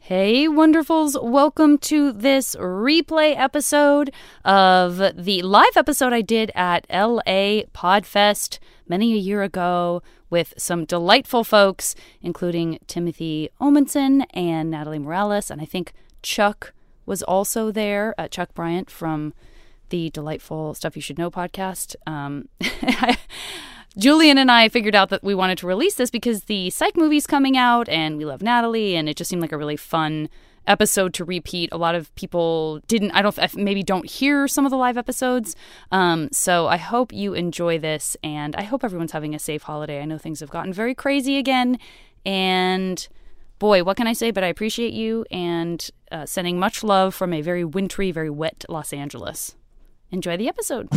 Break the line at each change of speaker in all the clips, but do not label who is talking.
Hey, wonderfuls. Welcome to this replay episode of the live episode I did at LA Podfest many a year ago with some delightful folks, including Timothy Omenson and Natalie Morales. And I think Chuck was also there, uh, Chuck Bryant from the delightful Stuff You Should Know podcast. Um, Julian and I figured out that we wanted to release this because the psych movie's coming out and we love Natalie and it just seemed like a really fun episode to repeat. A lot of people didn't I don't maybe don't hear some of the live episodes. Um, so I hope you enjoy this and I hope everyone's having a safe holiday. I know things have gotten very crazy again and boy, what can I say but I appreciate you and uh, sending much love from a very wintry, very wet Los Angeles. Enjoy the episode.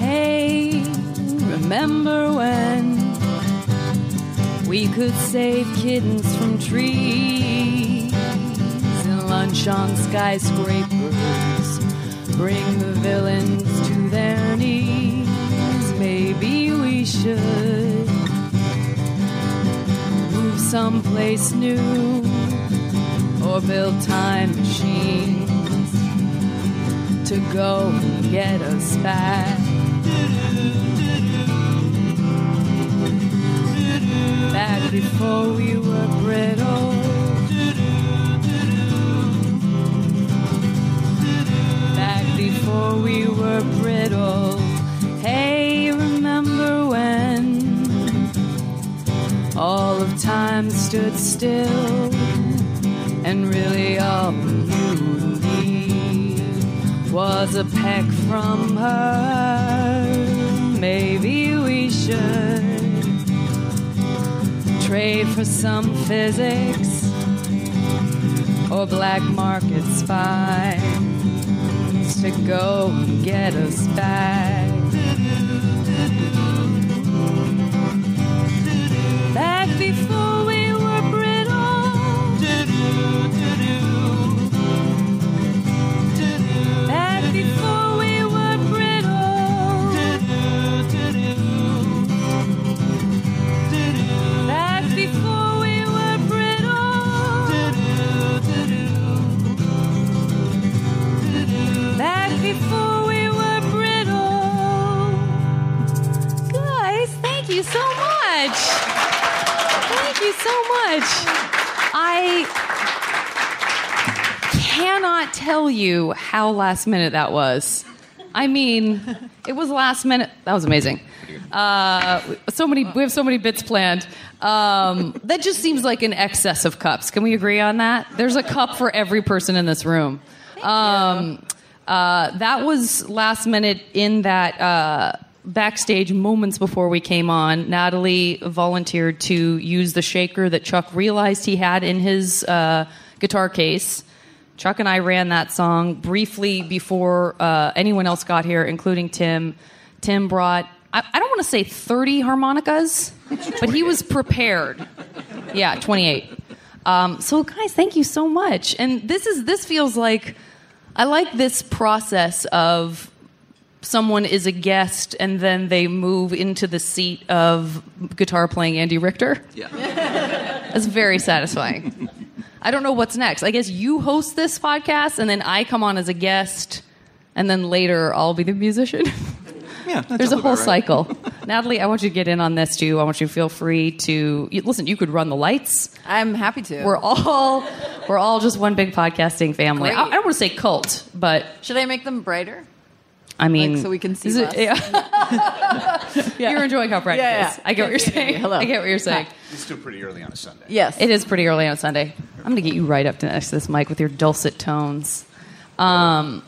Hey, remember when we could save kittens from trees and lunch on skyscrapers? Bring the villains to their knees. Maybe we should move someplace new or build time machines to go and get us back. Back before we were brittle. Back before we were brittle. Hey, remember when all of time stood still and really all you need was a peck from her. Maybe we should trade for some physics or black market spies to go and get us back. Back before we were brittle. Back before we were brittle. Back before we were brittle. Back before we were brittle. Guys, thank you so much. Thank you so much. I cannot tell you how last minute that was. I mean, it was last minute. That was amazing. Uh, so many, we have so many bits planned. Um, that just seems like an excess of cups. Can we agree on that? There's a cup for every person in this room. Um, uh, that was last minute in that uh, backstage moments before we came on. Natalie volunteered to use the shaker that Chuck realized he had in his uh, guitar case. Chuck and I ran that song briefly before uh, anyone else got here, including Tim. Tim brought, I, I don't want to say 30 harmonicas, but he was prepared. Yeah, 28. Um, so, guys, thank you so much. And this is this feels like I like this process of someone is a guest and then they move into the seat of guitar playing Andy Richter.
Yeah.
That's very satisfying. I don't know what's next. I guess you host this podcast and then I come on as a guest and then later I'll be the musician.
Yeah. that
There's a
sounds about
whole
right.
cycle. Natalie, I want you to get in on this too. I want you to feel free to you, listen, you could run the lights.
I'm happy to.
We're all we're all just one big podcasting family. I, I
Great.
don't want to say cult, but
Should I make them brighter?
I mean,
so we can see
Mm. is
less.
yeah. You're enjoying how bright
Yeah,
it
yeah.
is. I get what you're saying.
hello.
I get what you're saying.
It's still pretty early on a Sunday.
Yes.
It is pretty early on Sunday. I'm going to get you right up to next to this mic with your dulcet tones. Um,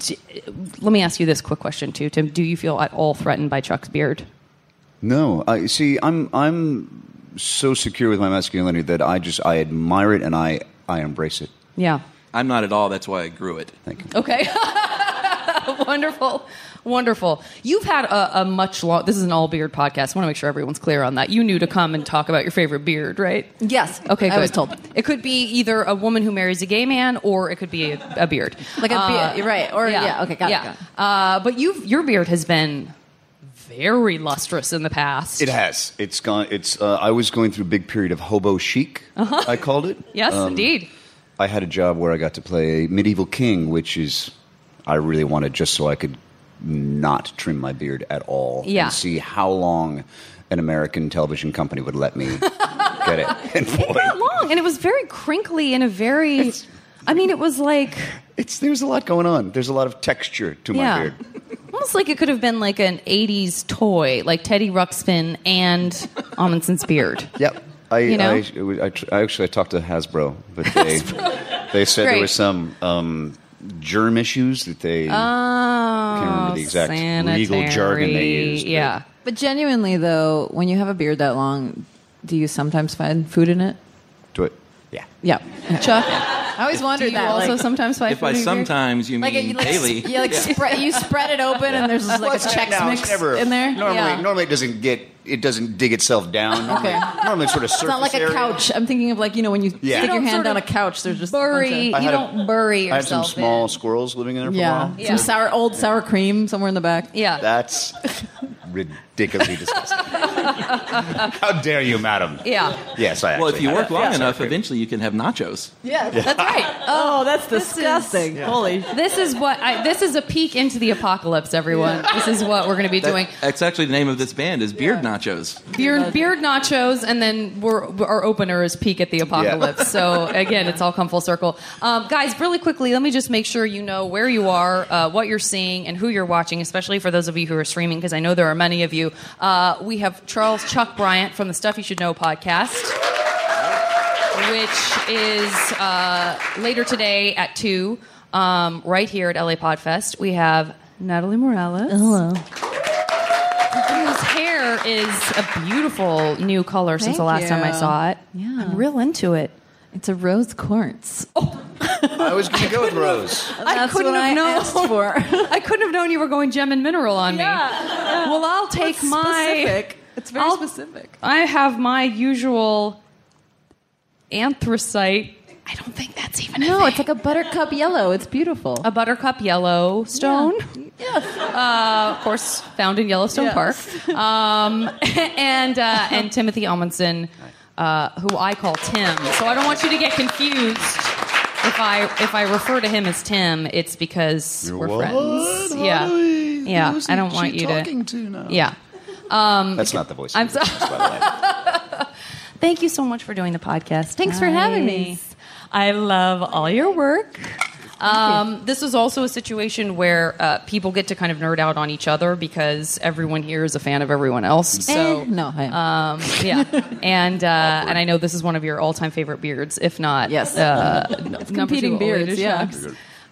d- let me ask you this quick question too, Tim. Do you feel at all threatened by Chuck's beard?
No, I see. I'm I'm so secure with my masculinity that I just I admire it and I I embrace it.
Yeah.
I'm not at all. That's why I grew it.
Thank you.
Okay. wonderful. Wonderful. You've had a, a much long, this is an all beard podcast. I want to make sure everyone's clear on that. You knew to come and talk about your favorite beard, right?
Yes.
Okay,
I was
good.
told.
It could be either a woman who marries a gay man or it could be a, a beard.
Like a beard, you're right. Or- yeah, okay, got it, got
Uh, but you've, your beard has been very lustrous in the past.
It has. It's gone. It's. Uh, I was going through a big period of hobo chic. I called it.
Uh-huh. Yes,
Um,
indeed.
I had a job where I got to play a medieval king, which is I really wanted just so I could not trim my beard at all.
Yeah.
And see how long an American television company would let me get it. And boy,
Not long. And it was very crinkly and a very, I mean, it was like.
it's there's a lot going on. There's a lot of texture to my beard.
Almost like it could have been like an 80s toy, like Teddy Ruxpin and Amundsen's beard.
Yep. I,
You know?
I, it was- I, tr- I actually I talked to Hasbro, but they they said there
Great.
were some um, germ issues that they
Um,
can't remember
Oh,
the exact legal jargon they
sanitary.
used. but-
Yeah.
But genuinely, though, when you have a beard that long, do you sometimes find food in it?
Do it. Yeah.
Yeah. Chuck? I always wondered
Do you
that.
also
like,
sometimes find
If by
food in your beard?
sometimes you mean
like, you, like,
daily,
Yeah, like Spread, you spread it open and there's just like a Chex
No, it's
mix
never-
in there.
Normally,
yeah.
normally it doesn't get it doesn't dig itself down. Normally,
Okay.
normally it's sort of surface
It's not like a
area.
couch. I'm thinking of like, you know, when you
Yeah. You
stick your
don't
hand
sort
down a
of
couch, there's just a
Bury,
bunch
you
of-
I had a-
don't bury
I had some
yourself.
small
in.
squirrels living in there for a
yeah.
while.
Yeah.
Some sour old sour cream somewhere in the back.
Yeah.
That's ridiculously disgusting. How dare you, madam?
yeah.
Yes, I.
well, if
actually
you
had
work
that.
long
Yeah,
enough,
sorry.
eventually you can have nachos.
That's right.
Oh, that's
This is-
disgusting. Holy.
This is what I, this is a peek into the apocalypse, everyone. This is what we're going to be
That-
doing.
that's actually the name of this band is Beard Nachos.
Beard, beard nachos, and then we're, our opener is peak at the apocalypse. So again, it's all come full circle. Um, guys, really quickly, let me just make sure you know where you are, uh, what you're seeing, and who you're watching, especially for those of you who are streaming, because I know there are many of you. Uh, we have Charles Chuck Bryant from the Stuff You Should Know podcast which is uh, later today at 2, um, right here at LA Podfest. We have Natalie Morales. Hello. Whose hair is a beautiful new color
Thank
since the last time I
you.
saw it.
Yeah.
I'm real into it.
It's a rose quartz.
I was going to go with Rose.
That's
couldn't
what
have
Oh, I
known.
asked for.
I couldn't have known you were going gem and mineral on me. Well, I'll take my.
specific. It's very
I'll-
specific.
I have my usual anthracite. I don't think that's even a
No, it's
thing.
like a buttercup yellow. It's beautiful.
a buttercup yellow stone.
Yes.
uh, of course, found in Yellowstone
Yes.
Park. Um, and uh, and Timothy Amundsen, uh, who I call Tim. So I don't want you to get confused. If I if I refer to him as Tim, it's because we're friends. Yeah, yeah. I don't want you to. Yeah.
That's not the voice.
I'm
of the
so-
business, by the way.
Thank you so much for doing the podcast.
Thanks for having me.
I love all your work. Um, this is also a situation where uh, people get to kind of nerd out on each other because everyone here is a fan of everyone else. So
Eh, no, I am.
Um, yeah, and uh, and I know this is one of your all-time favorite beards, if not
Yes.
uh, n- number
competing
two, Ollie
beards, yeah.
Shucks.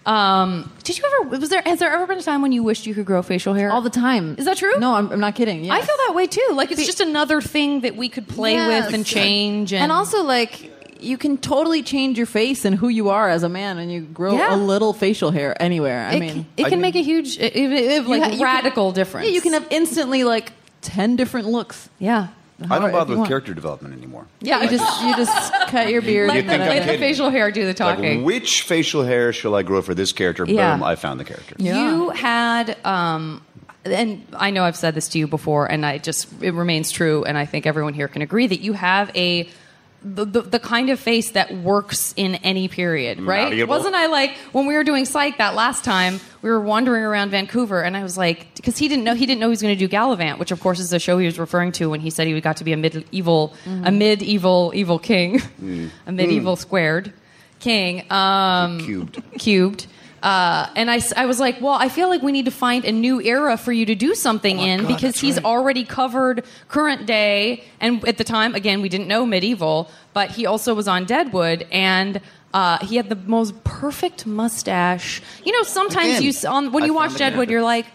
Um, did you ever? Was there? Has there ever been a time when you wished you could grow facial hair?
all the time.
Is that true?
No, I'm, I'm not kidding.
I
Yes.
feel that way too. Like it's just another thing that we could play
Yes.
with and change, and,
And also, like, you can totally change your face and who you are as a man, and you grow
Yeah.
a little facial hair anywhere. I
it,
mean,
it
I
can
mean-
make a huge, it, it- it-
you
like
ha- you can-
radical difference.
Yeah, you can have instantly like ten different looks.
yeah.
I
However
don't bother
you
with
want.
character development anymore.
Yeah,
you
I
just you just cut your beard.
You
and
think
then
I'm
Let the
kidding.
facial hair do the talking.
Like, which facial hair shall I grow for this character?
Yeah.
Boom! I found the character.
Yeah.
You had, um, and I know I've said this to you before, and I just it remains true, and I think everyone here can agree that you have a. The, the, the kind of face that works in any period, right?
Malleable.
Wasn't I like when we were doing psych that last time? We were wandering around Vancouver, and I was like, because he didn't know he didn't know he was going to do Gallivant, which of course is the show he was referring to when he said he got to be a medieval, a medieval evil king, a medieval squared king. Um,
Cubed.
cubed. Uh, and I, s- I was like, well, I feel like we need to find a new era for you to do something in because he's already covered current day. And at the time, again, we didn't know medieval, but he also was on Deadwood and uh, he had the most perfect mustache. You know, sometimes
Again,
you s- on when
I
you
found
watch
the
Deadwood,
character.
you're like,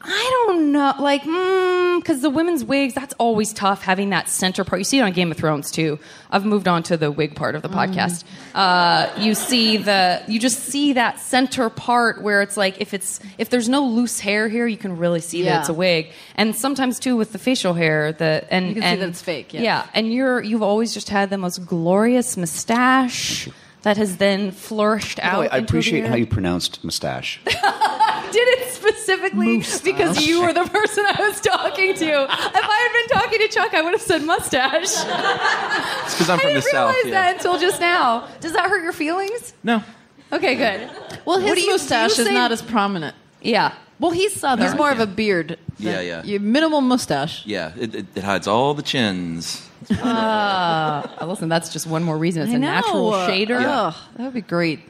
I don't know, like, because the women's wigs, that's always tough having that center part. You see it on Game of Thrones too. I've moved on to the wig part of the
Mm.
podcast. Uh, you see the, you just see that center part where it's like, if it's, if there's no loose hair here, you can really see that
Yeah.
it's a wig. And sometimes too with the facial hair, the and
You can see
and,
that it's fake, yeah.
yeah, and you're you've always just had the most glorious mustache that has then flourished
By the
out.
way, I
into the
appreciate
hair.
how you pronounced mustache.
did it specifically because you were the person I was talking to. If I had been talking to Chuck, I would have said mustache.
It's because I'm
I
from the
didn't realize
South.
that
Yeah.
until just now. Does that hurt your feelings?
No.
Okay, good.
Well, his
What do you- do you
mustache is
say-
not as prominent.
Yeah. Well, he's southern.
He's more of a beard. than-
Yeah, yeah.
You, minimal mustache.
Yeah, it, it, it hides all the chins.
Uh, listen, that's just one more reason. It's
I
a
know.
natural shader,
Ugh, that would be great.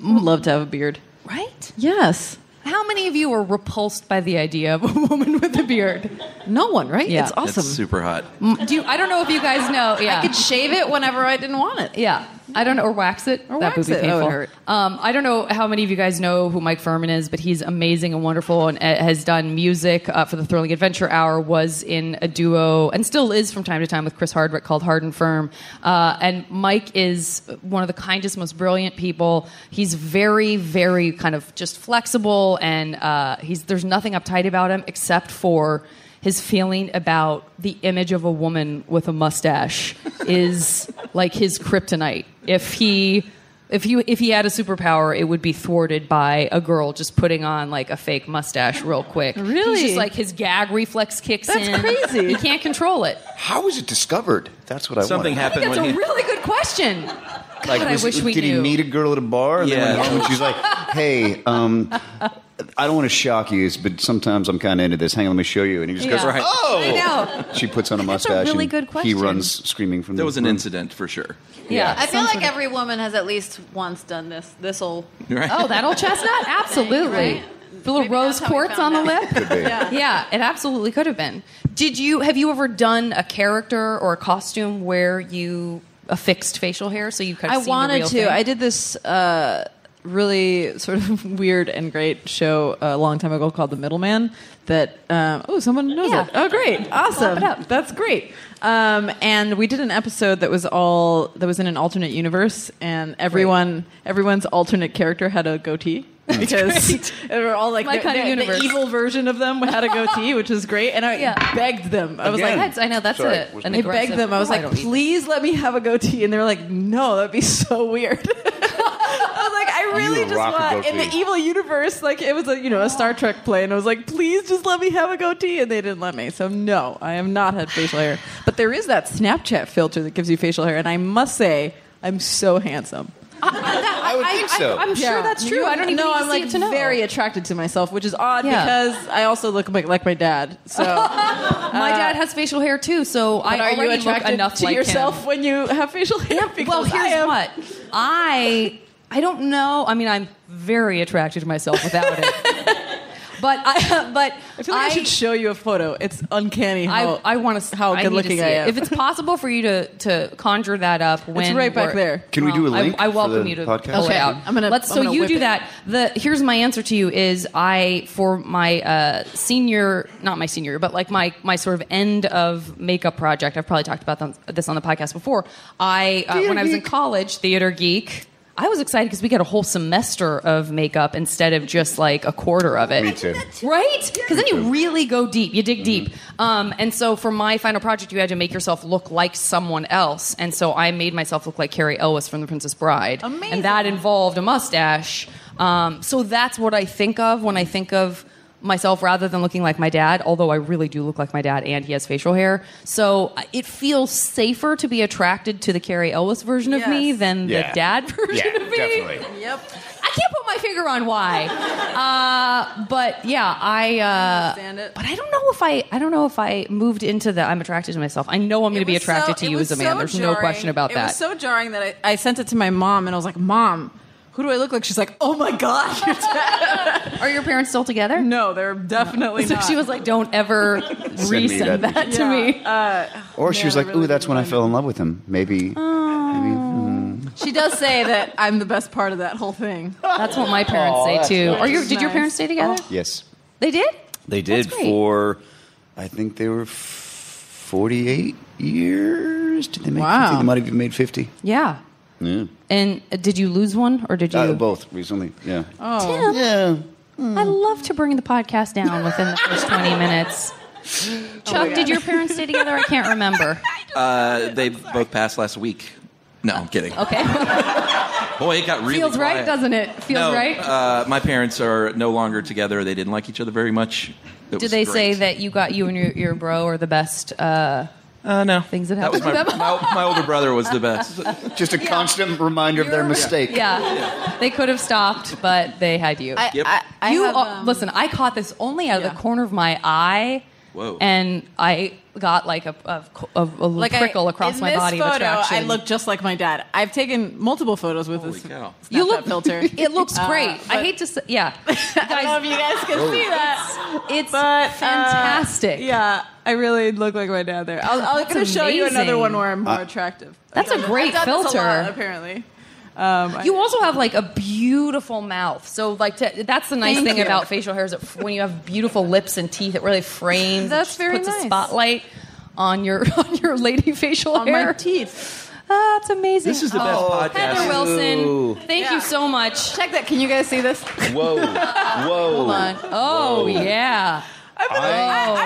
Would love to have a beard.
right?
Yes.
How many of you were repulsed by the idea of a woman with a beard?
No one, right?
Yeah.
It's
That's
awesome.
super hot.
Do you, I don't know if you guys know. Yeah.
I could shave it whenever I didn't want it.
Yeah. I don't know, or wax it.
Or wax
that would be
it. That
painful.
would hurt.
Um, I don't know how many of you guys know who Mike Furman is, but he's amazing and wonderful, and uh, has done music uh, for the Thrilling Adventure Hour. Was in a duo and still is from time to time with Chris Hardwick called Hard and Firm. Uh, and Mike is one of the kindest, most brilliant people. He's very, very kind of just flexible, and uh, he's there's nothing uptight about him except for. His feeling about the image of a woman with a mustache is like his kryptonite. If he if you if he had a superpower, it would be thwarted by a girl just putting on like a fake mustache real quick.
Really?
He's just like his gag reflex kicks
That's
in.
crazy.
He can't control it.
How was it discovered? That's what I
Something
wanted.
happened
That's
when
a
he,
really good question. God,
Like,
I
was-
wish we
did
knew.
he meet a girl at a bar? And
Yeah.
Then went home and she's like, "Hey, um, I don't want to shock you, but sometimes I'm kind of into this. Hang on, let me show you." And he just goes,
Yeah. Right.
"Oh!"
I know.
She puts on a
That's a
mustache.
really
and
good
He
question.
runs screaming from the
there was an
room.
incident for sure.
Yeah.
I feel like every woman has at least once done this. This old.
Right?
Oh, that old chestnut? Absolutely.
Right?
The little
Maybe
rose
that's how we
quartz on
found
the
out.
Could
lip.
be.
yeah, it absolutely could have been. Did you have you ever done a character or a costume where you affixed facial hair so you could?
I wanted to. I did this uh, really sort of weird and great show a long time ago called The Middleman. That um, oh, someone knows
Yeah.
it. Oh, great, awesome,
it up.
that's great. Um, and we did an episode that was all that was in an alternate universe, and everyone everyone's alternate character had a goatee. Because they were all like
My
the-
kind of
the-
universe.
the evil version of them had a goatee, which is great. And I
Yeah.
begged them. I was
Again.
like,
That's, I know that's
Sorry,
a,
was
an
me.
I begged
aggressive-
them. I was
Oh,
like,
don't eat
please let me have a goatee. And they were like, no, that'd be so weird. I was like, I really
would
just
rock a
want in the
goatee.
evil universe, like it was a you know a Star Trek play, and I was like, please just let me have a goatee, and they didn't let me. So no, I have not had facial hair. But there is that Snapchat filter that gives you facial hair, and I must say, I'm so handsome.
I would think so.
I'm sure that's true. I don't even
know.
need
I'm
to see
like
it to know.
very attracted to myself, which is odd
Yeah.
because I also look like, like my dad. So.
My dad has facial hair too, so I
But are you
already look
attracted
enough
to
like
yourself
Him.
when you have facial hair? Because
Well,
I
here's
am.
what I I don't know. I mean, I'm very attracted to myself without it. But I but
I feel like I, should show you a photo. It's uncanny how
I, I want to
how good looking I am.
If it's possible for you to to conjure that up, when
right back
we're-
there.
Can we do a
I-
link
I,
for
welcome
the
you to
podcast?
pull it
Okay.
out.
I'm gonna-
Let's.
I'm
so
gonna
you
whip
do
it.
that. The here's my answer to you is I for my uh, senior, not my senior, but like my my sort of end of makeup project. I've probably talked about them, this on the podcast before. I uh, when I was in college, theater geek. I was excited because we got a whole semester of makeup instead of just like a quarter of it.
Me too. Mm-hmm.
Right? Because then you really go deep. You dig deep. Um, and so for my final project, you had to make yourself look like someone else. And so I made myself look like Carrie Elwes from The Princess Bride.
Amazing.
And that involved a mustache. Um, so that's what I think of when I think of myself rather than looking like my dad, although I really do look like my dad and he has facial hair. So uh, it feels safer to be attracted to the Carrie Elwes version of me
Yes.
than
Yeah.
the dad version
Yeah,
of me.
definitely.
yep.
I can't put my finger on why. Uh, but yeah, I. Uh,
understand it.
But I don't know if I. I don't know if I moved into the. I'm attracted to myself. I know I'm going to be attracted to you as a man. There's no question about
It
that.
was so jarring that I, I sent it to my mom and I was like, Mom, who do I look like? She's like, Oh my God, you're dead.
Are your parents still together?
No, they're definitely
So
not.
she was like, "Don't ever resend
that
that, to me."
Or she
Yeah,
was like,
I really
"Ooh, that's when I
didn't
fell in love with him. Maybe."
Oh.
hmm,
She does say that I'm the best part of that whole thing.
that's what my parents
Aw,
say
that's
too.
nice.
Are your, did your
Nice.
parents stay together?
Yes.
They did.
They did
That's great.
for, I think they were f- 48 years. Did they make
Wow.
50? They might have even made 50.
Yeah.
Yeah.
And uh, did you lose one or did you?
Uh, both recently. Yeah.
Tim,
Yeah.
I love to bring the podcast down within the first 20 minutes.
Oh,
Chuck, did your parents stay together? I can't remember.
Uh, they both passed last week. No, I'm kidding.
Okay.
Boy, it got really
Feels right,
quiet.
doesn't it? Feels
No,
right.
Uh, my parents are no longer together. They didn't like each other very much. It
did
was
they say
great.
that you got you and your, your bro are the best? Uh,
Uh, no.
things that
was my,
happened to them?
my, my older brother was the best.
Just a constant reminder of their mistake.
yeah. They could have stopped, but they had you.
I,
Yep.
I, I
you
have,
uh,
um,
listen. I caught this only out of
Yeah.
the corner of my eye.
Whoa.
And I got like a, a, a, a little
Like I-
prickle across
in
my
this
body
photo,
of attraction.
I look just like my dad. I've taken multiple photos with
Holy
this
cow.
Snapchat
You look
filter.
It looks
Uh,
great. I
but-
hate to say, yeah.
I don't know if you guys can see that.
It's
But uh,
fantastic.
yeah, I really look like my dad there. I'll, I'll
That's
gonna show you another one
amazing.
where I'm more attractive.
That's a
I've
great
done this a lot,
filter.
apparently. Um, I-
You also have like a beautiful mouth. So like to, that's the nice
Thank
thing
you.
about facial hair is that when you have beautiful lips and teeth, it really frames. and
That's
just
very
puts
nice.
a spotlight on your on your lady facial
on
hair.
my teeth.
Ah, it's amazing.
This is the best podcast.
Heather Wilson,
Ooh.
thank
Yeah.
you so much.
Check that. Can you guys see this?
Whoa. Whoa. Hold
Oh yeah.
I'm, an- I,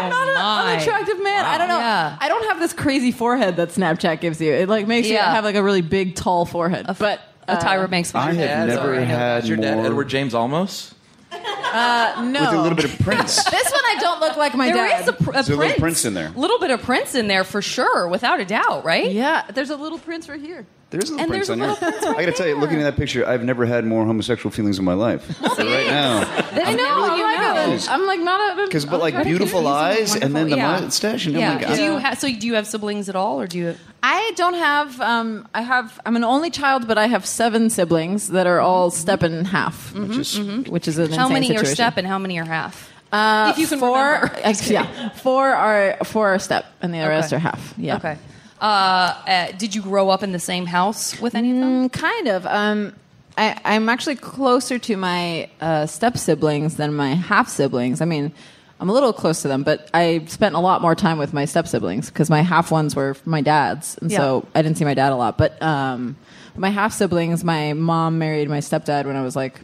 am not
my.
an unattractive man. I don't know.
Yeah.
I don't have this crazy forehead that Snapchat gives you. It like makes
Yeah.
you have like a really big, tall forehead. but
a Tyra Banks.
I
picture.
have
Dad's
never
already-
had
Is your dad
more
Edward James Olmos?
no,
Oh.
with a little bit of Prince.
This one I don't look like my
There
dad.
is a, pr- a
There's a
prince.
little prince in there.
Little bit of prince in there for sure, without a doubt, right?
yeah, there's a little prince right here.
There's a little
And
Prince
there's a
on
little
here.
Prince right
I got to tell you,
there.
looking at that picture, I've never had more homosexual feelings in my life. so right now.
They know
I'm
you
Oh, like,
know.
confused.
a- I'm like not a
Because, but like
attractive.
beautiful eyes and then the
yeah.
mustache, and oh
yeah.
my god,
Do you ha- so do you have siblings at all, or do you?
I don't have. Um, I have. I'm an only child, but I have seven siblings that are all step and half,
which is
which is an
Mm-hmm. How
insane
many are
situation.
step and how many are half?
Uh,
If you can
four,
remember.
ex- yeah, four are four are step, and the rest
Okay.
are half. Yeah.
Okay. Uh, uh, did you grow up in the same house with any of them?
Mm, kind of. Um, I, I'm actually closer to my uh, step siblings than my half siblings. I mean, I'm a little close to them, but I spent a lot more time with my step siblings because my half ones were my dad's, and so I didn't see my dad a lot. But um, my half siblings, my mom married my stepdad when I was like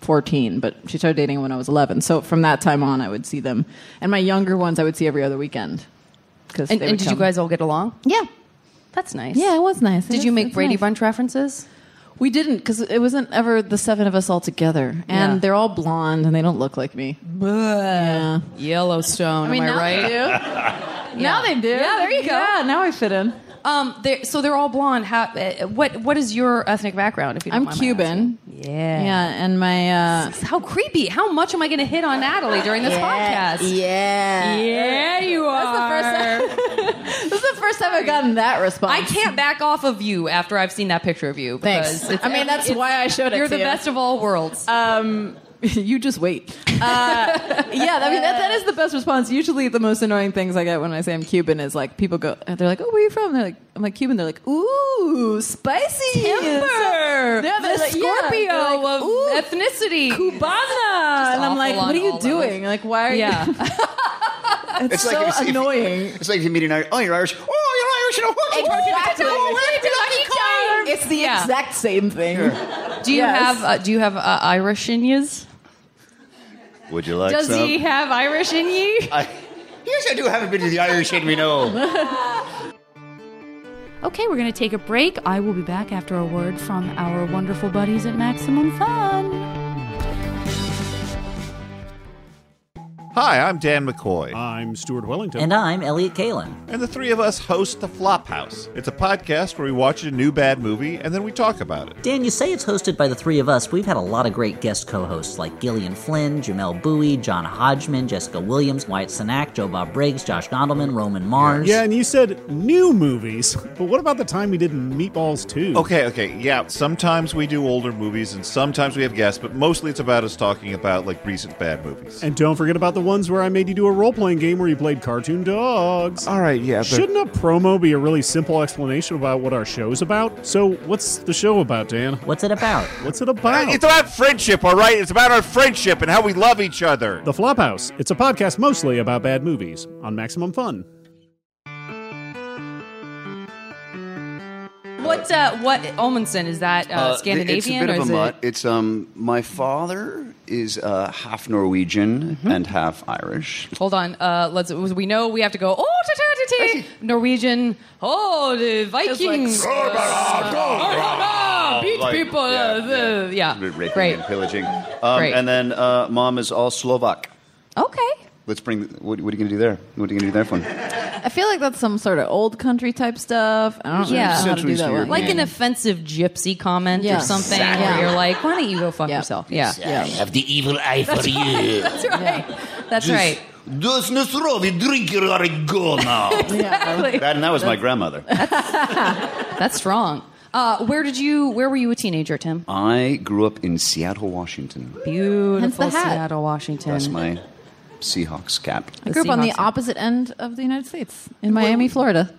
14, but she started dating when I was 11. So from that time on, I would see them, and my younger ones I would see every other weekend. 'cause
And,
they
and
would
did you
come.
guys all get along?
Yeah,
That's nice.
yeah, it was nice. It
Did
is-
you make
it's
Brady
nice.
Bunch references?
We didn't because it wasn't ever the seven of us all together, and
Yeah.
they're all blonde and they don't look like me. Yeah.
Yellowstone. am I right?
they do. now they do.
Yeah, there you go.
Yeah, now I fit in.
Um, they're, so they're all blonde. How? Uh, what? What is your ethnic background? If you don't
I'm
mind my
Cuban.
asking?
Yeah,
Yeah.
and my uh,
How creepy! How much am I going to hit on Natalie during this podcast?
Yeah,
Yeah, you are.
That's the first time. this is the first time I've gotten that response.
I can't back off of you after I've seen that picture of you.
Thanks.
because it's-
I mean, that's
it's-
why I showed it.
You're
to
the
you.
best of all worlds.
Um, you just wait. Uh, yeah, I mean that, that is the best response. Usually, the most annoying things I get when I say I'm Cuban is like people go, they're like, "Oh, where are you from?" They're like, "I'm like Cuban." They're like, "Ooh, spicy
Timber.
Yeah, they're
the
like- yeah,
Scorpio
they're like,
of
"Ooh,
ethnicity.
Cubana, and I'm
awful
like,
on
"What are you
all
doing? Like, why are
Yeah.
you?" It's,
It's like
so
if you- if you-
annoying.
It's like if you meet an Irish. Oh, you're Irish. Oh, you're Irish. And oh,
Exactly.
Lucky charm.
It's the
Yeah.
exact same thing.
Do you
Yes.
have uh, Do you have uh, Irish in yous?
Would you like
Does
some?
he have Irish in ye?
I, yes, I do have a bit of the Irish in me. No.
Uh,
Okay, we're going to take a break. I will be back after a word from our wonderful buddies at Maximum Fun.
Hi, I'm Dan McCoy.
I'm Stuart Wellington.
And I'm Elliot Kalin.
and the three of us host The Flophouse. It's a podcast where we watch a new bad movie and then we talk about it.
Dan, you say it's hosted by the three of us. but We've had a lot of great guest co hosts like Gillian Flynn, Jamel Bowie, John Hodgman, Jessica Williams, Wyatt Cenac, Joe Bob Briggs, Josh Gondelman, Roman Mars.
Yeah, and you said new movies, but what about the time we did Meatballs 2?
Okay, okay, yeah. Sometimes we do older movies and sometimes we have guests, but mostly it's about us talking about like recent bad movies.
And don't forget about the the ones where I made you do a role playing game where you played cartoon dogs.
All right, yeah. but-
Shouldn't a promo be a really simple explanation about what our show's about? So, what's the show about, Dan?
What's it about?
What's it about?
It's about friendship, all right? It's about our friendship and how we love each other.
the Flophouse. It's a podcast mostly about bad movies on Maximum Fun.
What uh, what Olmanson is that uh,
Uh,
Scandinavian
It's a bit
or
of a
is
mutt.
it?
It's um, my father is uh, half Norwegian
Mm-hmm.
and half Irish.
Hold on. Uh, let's. We know we have to go. Oh, ta ta ta ta. Norwegian. Oh, the Vikings. Ah, beat
Uh, Like,
people.
yeah,
uh, the- Yeah.
Raping
Great.
and pillaging. Um,
Great.
And then uh, mom is all Slovak.
Okay.
Let's bring. What, what are you going to do there? What are you going to do there for? him?
I feel like that's some sort of old country type stuff. I don't
Yeah.
know how to
Central
do
Eastern
that one.
Europe.
Like an offensive gypsy comment
Yeah.
or something
Exactly.
where you're like, why don't you go fuck
Yeah.
yourself? Yeah.
yeah.
have the evil eye for you.
That's right. That's right.
Does Nostrovi drink your oregano?
Exactly.
That, and that was my grandmother.
That's strong. Uh, where did you? Where were you a teenager, Tim?
I grew up in Seattle, Washington.
Beautiful
Hence the hat.
Seattle, Washington.
That's my Seahawks cap.
I grew up on the
Seahawks.
opposite end of the United States in Miami, Florida.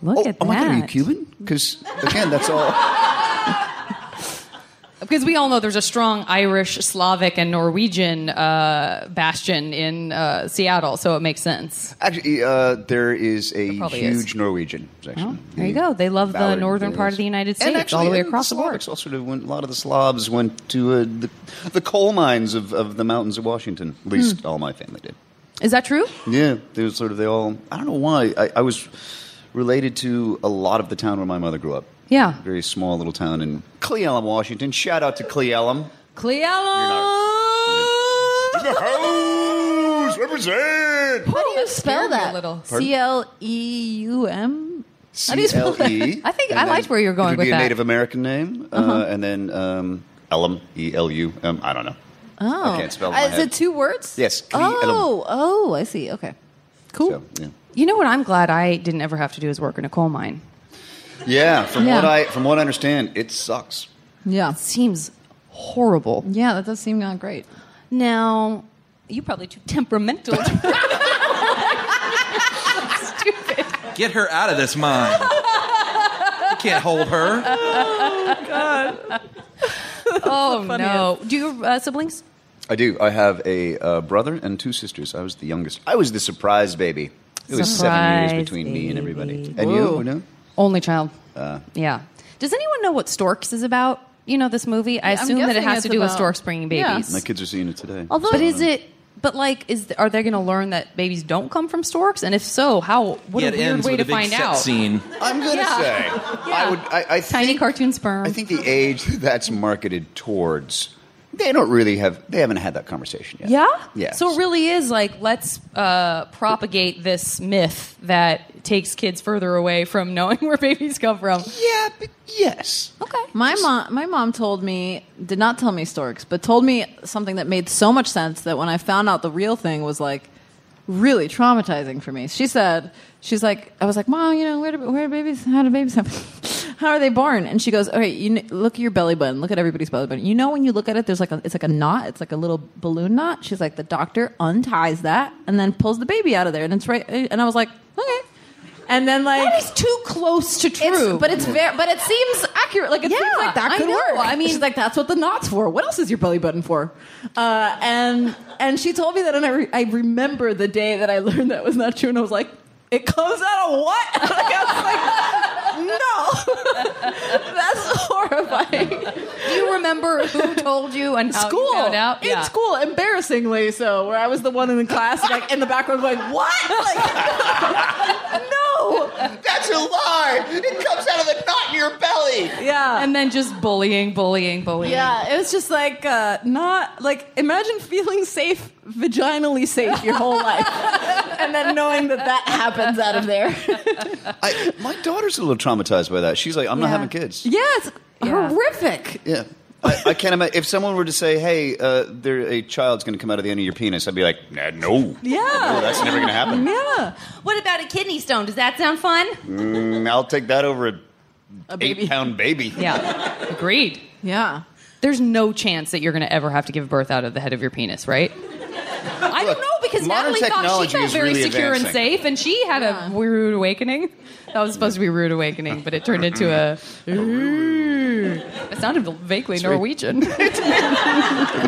Look
Oh,
at
oh my God, are you
that.
Cuban? Because again, that's all.
Because we all know there's a strong Irish, Slavic, and Norwegian uh, bastion in uh, Seattle, so it makes sense.
Actually, uh, there is a
probably
huge
is.
Norwegian section.
Well, there you go. They love the
Ballard
northern part
is.
of the United
And
States, all the way
and
across the board.
Slovaks also went, a lot of the Slavs went to uh, the, the coal mines of, of the mountains of Washington. At least
Hmm.
all my family did.
Is that true?
Yeah, they were sort of they all. I don't know why. I, I was related to a lot of the town where my mother grew up.
Yeah.
very small little town in Cleellum, Washington. Shout out to Cleellum.
Cleella.
house represent.
How do you
scared
spell
me a
that?
little.
C L E U M.
C
do you spell
L
that?
E.
I think I liked where you were going
it would be
with
a
that. Uh-huh.
Native American name, uh, and then um, Elum, E L U M. I don't know.
Oh,
I can't spell it in
Uh,
my
Is
head.
it two words?
Yes, Cle-
Oh, oh, I see. Okay, cool.
So, yeah.
You know what? I'm glad I didn't ever have to do is work in a coal mine.
Yeah, from
Yeah.
what I from what I understand, it sucks.
yeah,
Seems horrible.
yeah. That does seem not great.
Now, you probably too temperamental. Stupid.
Get her out of this mine. you can't hold her.
Oh no! Do you have uh, siblings?
I do. I have a uh, brother and two sisters. I was the youngest. I was the surprise baby. It was seven years
Surprise
between me and everybody.
baby.
And you? No?
Only child.
Uh.
yeah. Does anyone know what Storks is about? You know this movie. I
I'm
assume that it
guessing
has
it's
to do with
about-
storks bringing
Yeah.
babies.
My kids are seeing it today.
Although,
So,
but is
uh,
it? But like, is are they going to learn that babies don't come from storks? And if so, how? What
Yeah,
a
it
weird
ends
way
with
to
a big
find
sex
out.
scene.
I'm gonna
Yeah.
say. I would. I, I
Tiny
think,
cartoon sperm.
I think the age that's marketed towards. They don't really have. They haven't had that conversation yet.
Yeah.
Yeah.
So it really is like let's uh, propagate this myth that takes kids further away from knowing where babies come from.
Yeah. But yes.
Okay.
My mom, my mom told me, did not tell me storks, but told me something that made so much sense that when I found out the real thing was like really traumatizing for me. She said, she's like, I was like, mom, you know, where do, where do babies, how do babies happen? How are they born? And she goes, okay, you kn- look at your belly button. Look at everybody's belly button. You know, when you look at it, there's like a, it's like a knot. It's like a little balloon knot. She's like, the doctor unties that and then pulls the baby out of there, and it's right. And I was like, okay. And then like
That is too close to true.
it's, but it's very, but it seems accurate. Like it
Yeah,
seems like that
I
could
know.
work.
I mean-
she's like, that's what the knot's for. What else is your belly button for? Uh, and and she told me that, and I, re- I remember the day that I learned that was not true, and I was like, it comes out of what? like, I was like, no, that's horrifying.
Do you remember who told you and how
school
you found out?
in school, embarrassingly so, where I was the one in the class, like in the background, going, what? Like, no.
That's a lie. It comes out of the knot in your belly.
Yeah.
And then just bullying, bullying, bullying.
Yeah, it was just like uh, not like imagine feeling safe, vaginally safe your whole life, and then knowing that that happens out of there.
I, my daughter's a little traumatized by that. She's like, I'm not
Yeah.
having kids.
yes,
Yeah.
horrific.
Yeah. I, I can't imagine. If someone were to say, hey, uh, there, a child's going to come out of the end of your penis, I'd be like, nah, no. No,
Yeah,
that's never going to happen.
yeah.
What about a kidney stone? Does that sound fun?
Mm, I'll take that over a,
A
eight pound baby.
Yeah. Agreed.
Yeah.
There's no chance that you're going to ever have to give birth out of the head of your penis, right? I don't know because
Modern
Natalie thought she
technology
felt
is
very
really
secure and
advancing.
safe, and she had a rude awakening. That was supposed to be rude awakening, but it turned into a. It sounded vaguely
It's very-
Norwegian.
A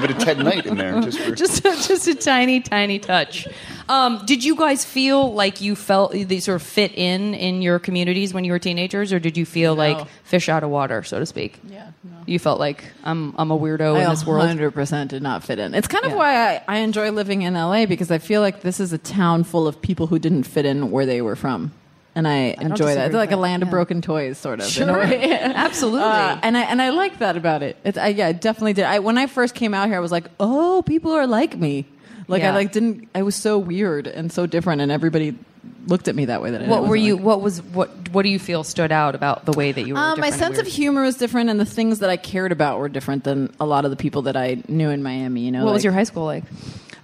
bit of Ted Knight in there. Just for,
just a, just a tiny tiny touch um, did you guys feel like you felt they sort of fit in in your communities when you were teenagers or did you feel like fish out of water so to speak yeah you felt like i'm, I'm a weirdo
I
in this world
100% did not fit in. It's kind of why I, I enjoy living in LA because I feel like this is a town full of people who didn't fit in where they were from. And I,
don't
enjoy that. It's
disagree
like a
with that.
land of broken toys, sort of. in a
Sure.
way.
Absolutely.
Uh, and I and I like that about it. It's, I, yeah, I definitely did. I, when I first came out here, I was like, oh, people are like me. Like
Yeah.
I like didn't. I was so weird and so different, and everybody looked at me that way. That I
what
wasn't
were
like-
you what was what what do you feel stood out about the way that you were
um, my
different and
sense of
weird?
humor was different, and the things that I cared about were different than a lot of the people that I knew in Miami. You know,
what was
like-
your high school like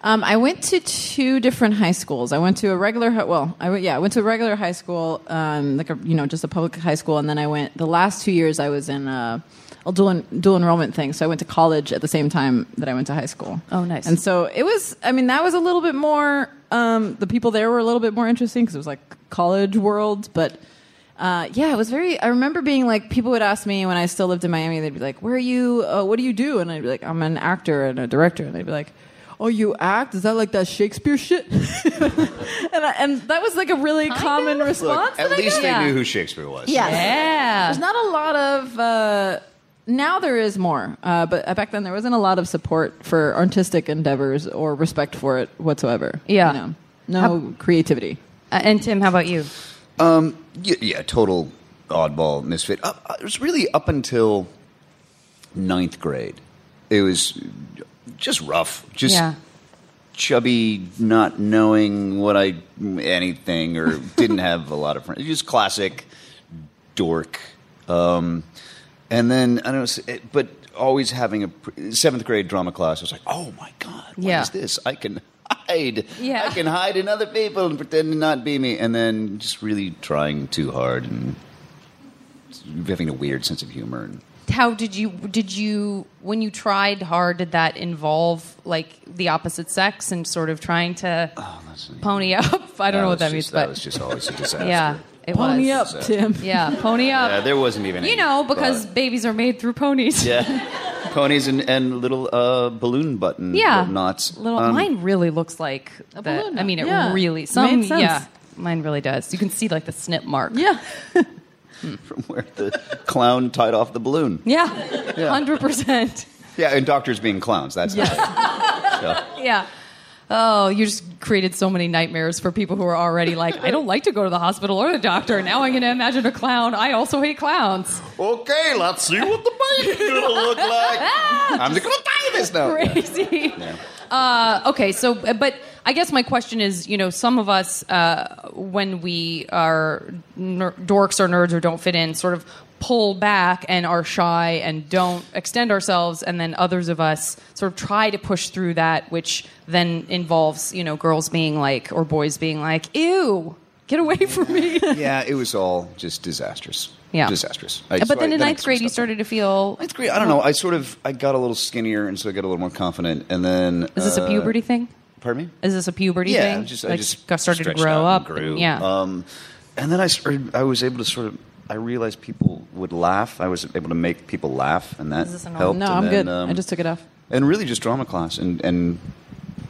Um, I went to two different high schools. I went to a regular, hi- well, I went, yeah, I went to a regular high school, um, like a, you know, just a public high school, and then I went. The last two years, I was in a, a dual en- dual enrollment thing, so I went to college at the same time that I went to high school.
Oh, nice.
And so it was. I mean, that was a little bit more. Um, the people there were a little bit more interesting because it was like college world, but. Uh, yeah, it was very. I remember being like, people would ask me when I still lived in Miami, they'd be like, Where are you? Uh, what do you do? And I'd be like, I'm an actor and a director. And they'd be like, Oh, you act? Is that like that Shakespeare shit? and, I, and that was like a really common response.
Look, at
that I
least
got.
they
Yeah.
knew who Shakespeare was.
Yes.
Yeah.
There's not a lot of. Uh, now there is more, uh, but back then there wasn't a lot of support for artistic endeavors or respect for it whatsoever.
Yeah.
You know? No creativity.
Uh, and tim how about you
Um, yeah, yeah, total oddball misfit. Up, uh, it was really up until ninth grade. It was just rough, just
yeah
chubby, not knowing what I anything or didn't have a lot of friends. Just classic dork. Um, and then I don't know, s- it- but always having a pr- seventh grade drama class. I was like, oh my god, what is
Yeah.
this? I can hide.
Yeah.
I can hide in other people and pretend to not be me. And then just really trying too hard and having a weird sense of humor. And
how did you did you when you tried hard did that involve like the opposite sex and sort of trying to pony up i don't know what
was
that
just-
means
Oh, That
but
was just always a disaster.
yeah it
Pony
was.
up, Disaster. Tim.
yeah pony up
Yeah, there wasn't even.
you
any
know because
thought.
babies are made through ponies
yeah, ponies and, and little uh, balloon button
yeah
knots.
little
Um,
mine really looks like a
balloon
balloon i mean it
knot. Yeah.
really some
Made sense.
yeah mine really does you can see like the snip mark
yeah
from where the clown tied off the balloon.
yeah 100%
Yeah, and doctors being clowns. That's so,
Yeah. Oh, you just created so many nightmares for people who are already like, I don't like to go to the hospital or the doctor. Now I'm going to imagine a clown. I also hate clowns.
Okay, let's see what the baby's gonna look like.
I'm just gonna tie this now.
Crazy.
Yeah.
Uh, okay, so but I guess my question is, you know, some of us uh, when we are ner- dorks or nerds or don't fit in, sort of pull back and are shy and don't extend ourselves, and then others of us sort of try to push through that, which then involves, you know, girls being like or boys being like, "Ew, get away from me."
yeah, it was all just disastrous.
Yeah.
disastrous. I- so
but then
I-
in
I
ninth grade, you started to feel.
Ninth grade, I don't know. I sort of I got a little skinnier, and so I got a little more confident. And then
Is this a
uh,
puberty thing?
Pardon me.
Is this a puberty
yeah,
thing?
I just, I
Like,
just
got started to
stretched
grow
out and
up.
grew.
Yeah.
Um, and then I started, I was able to sort of I realized people would laugh. I was able to make people laugh, and that
Is this a normal-
helped.
No,
And
I'm
then,
good.
um,
I just took it off.
and really just drama class and and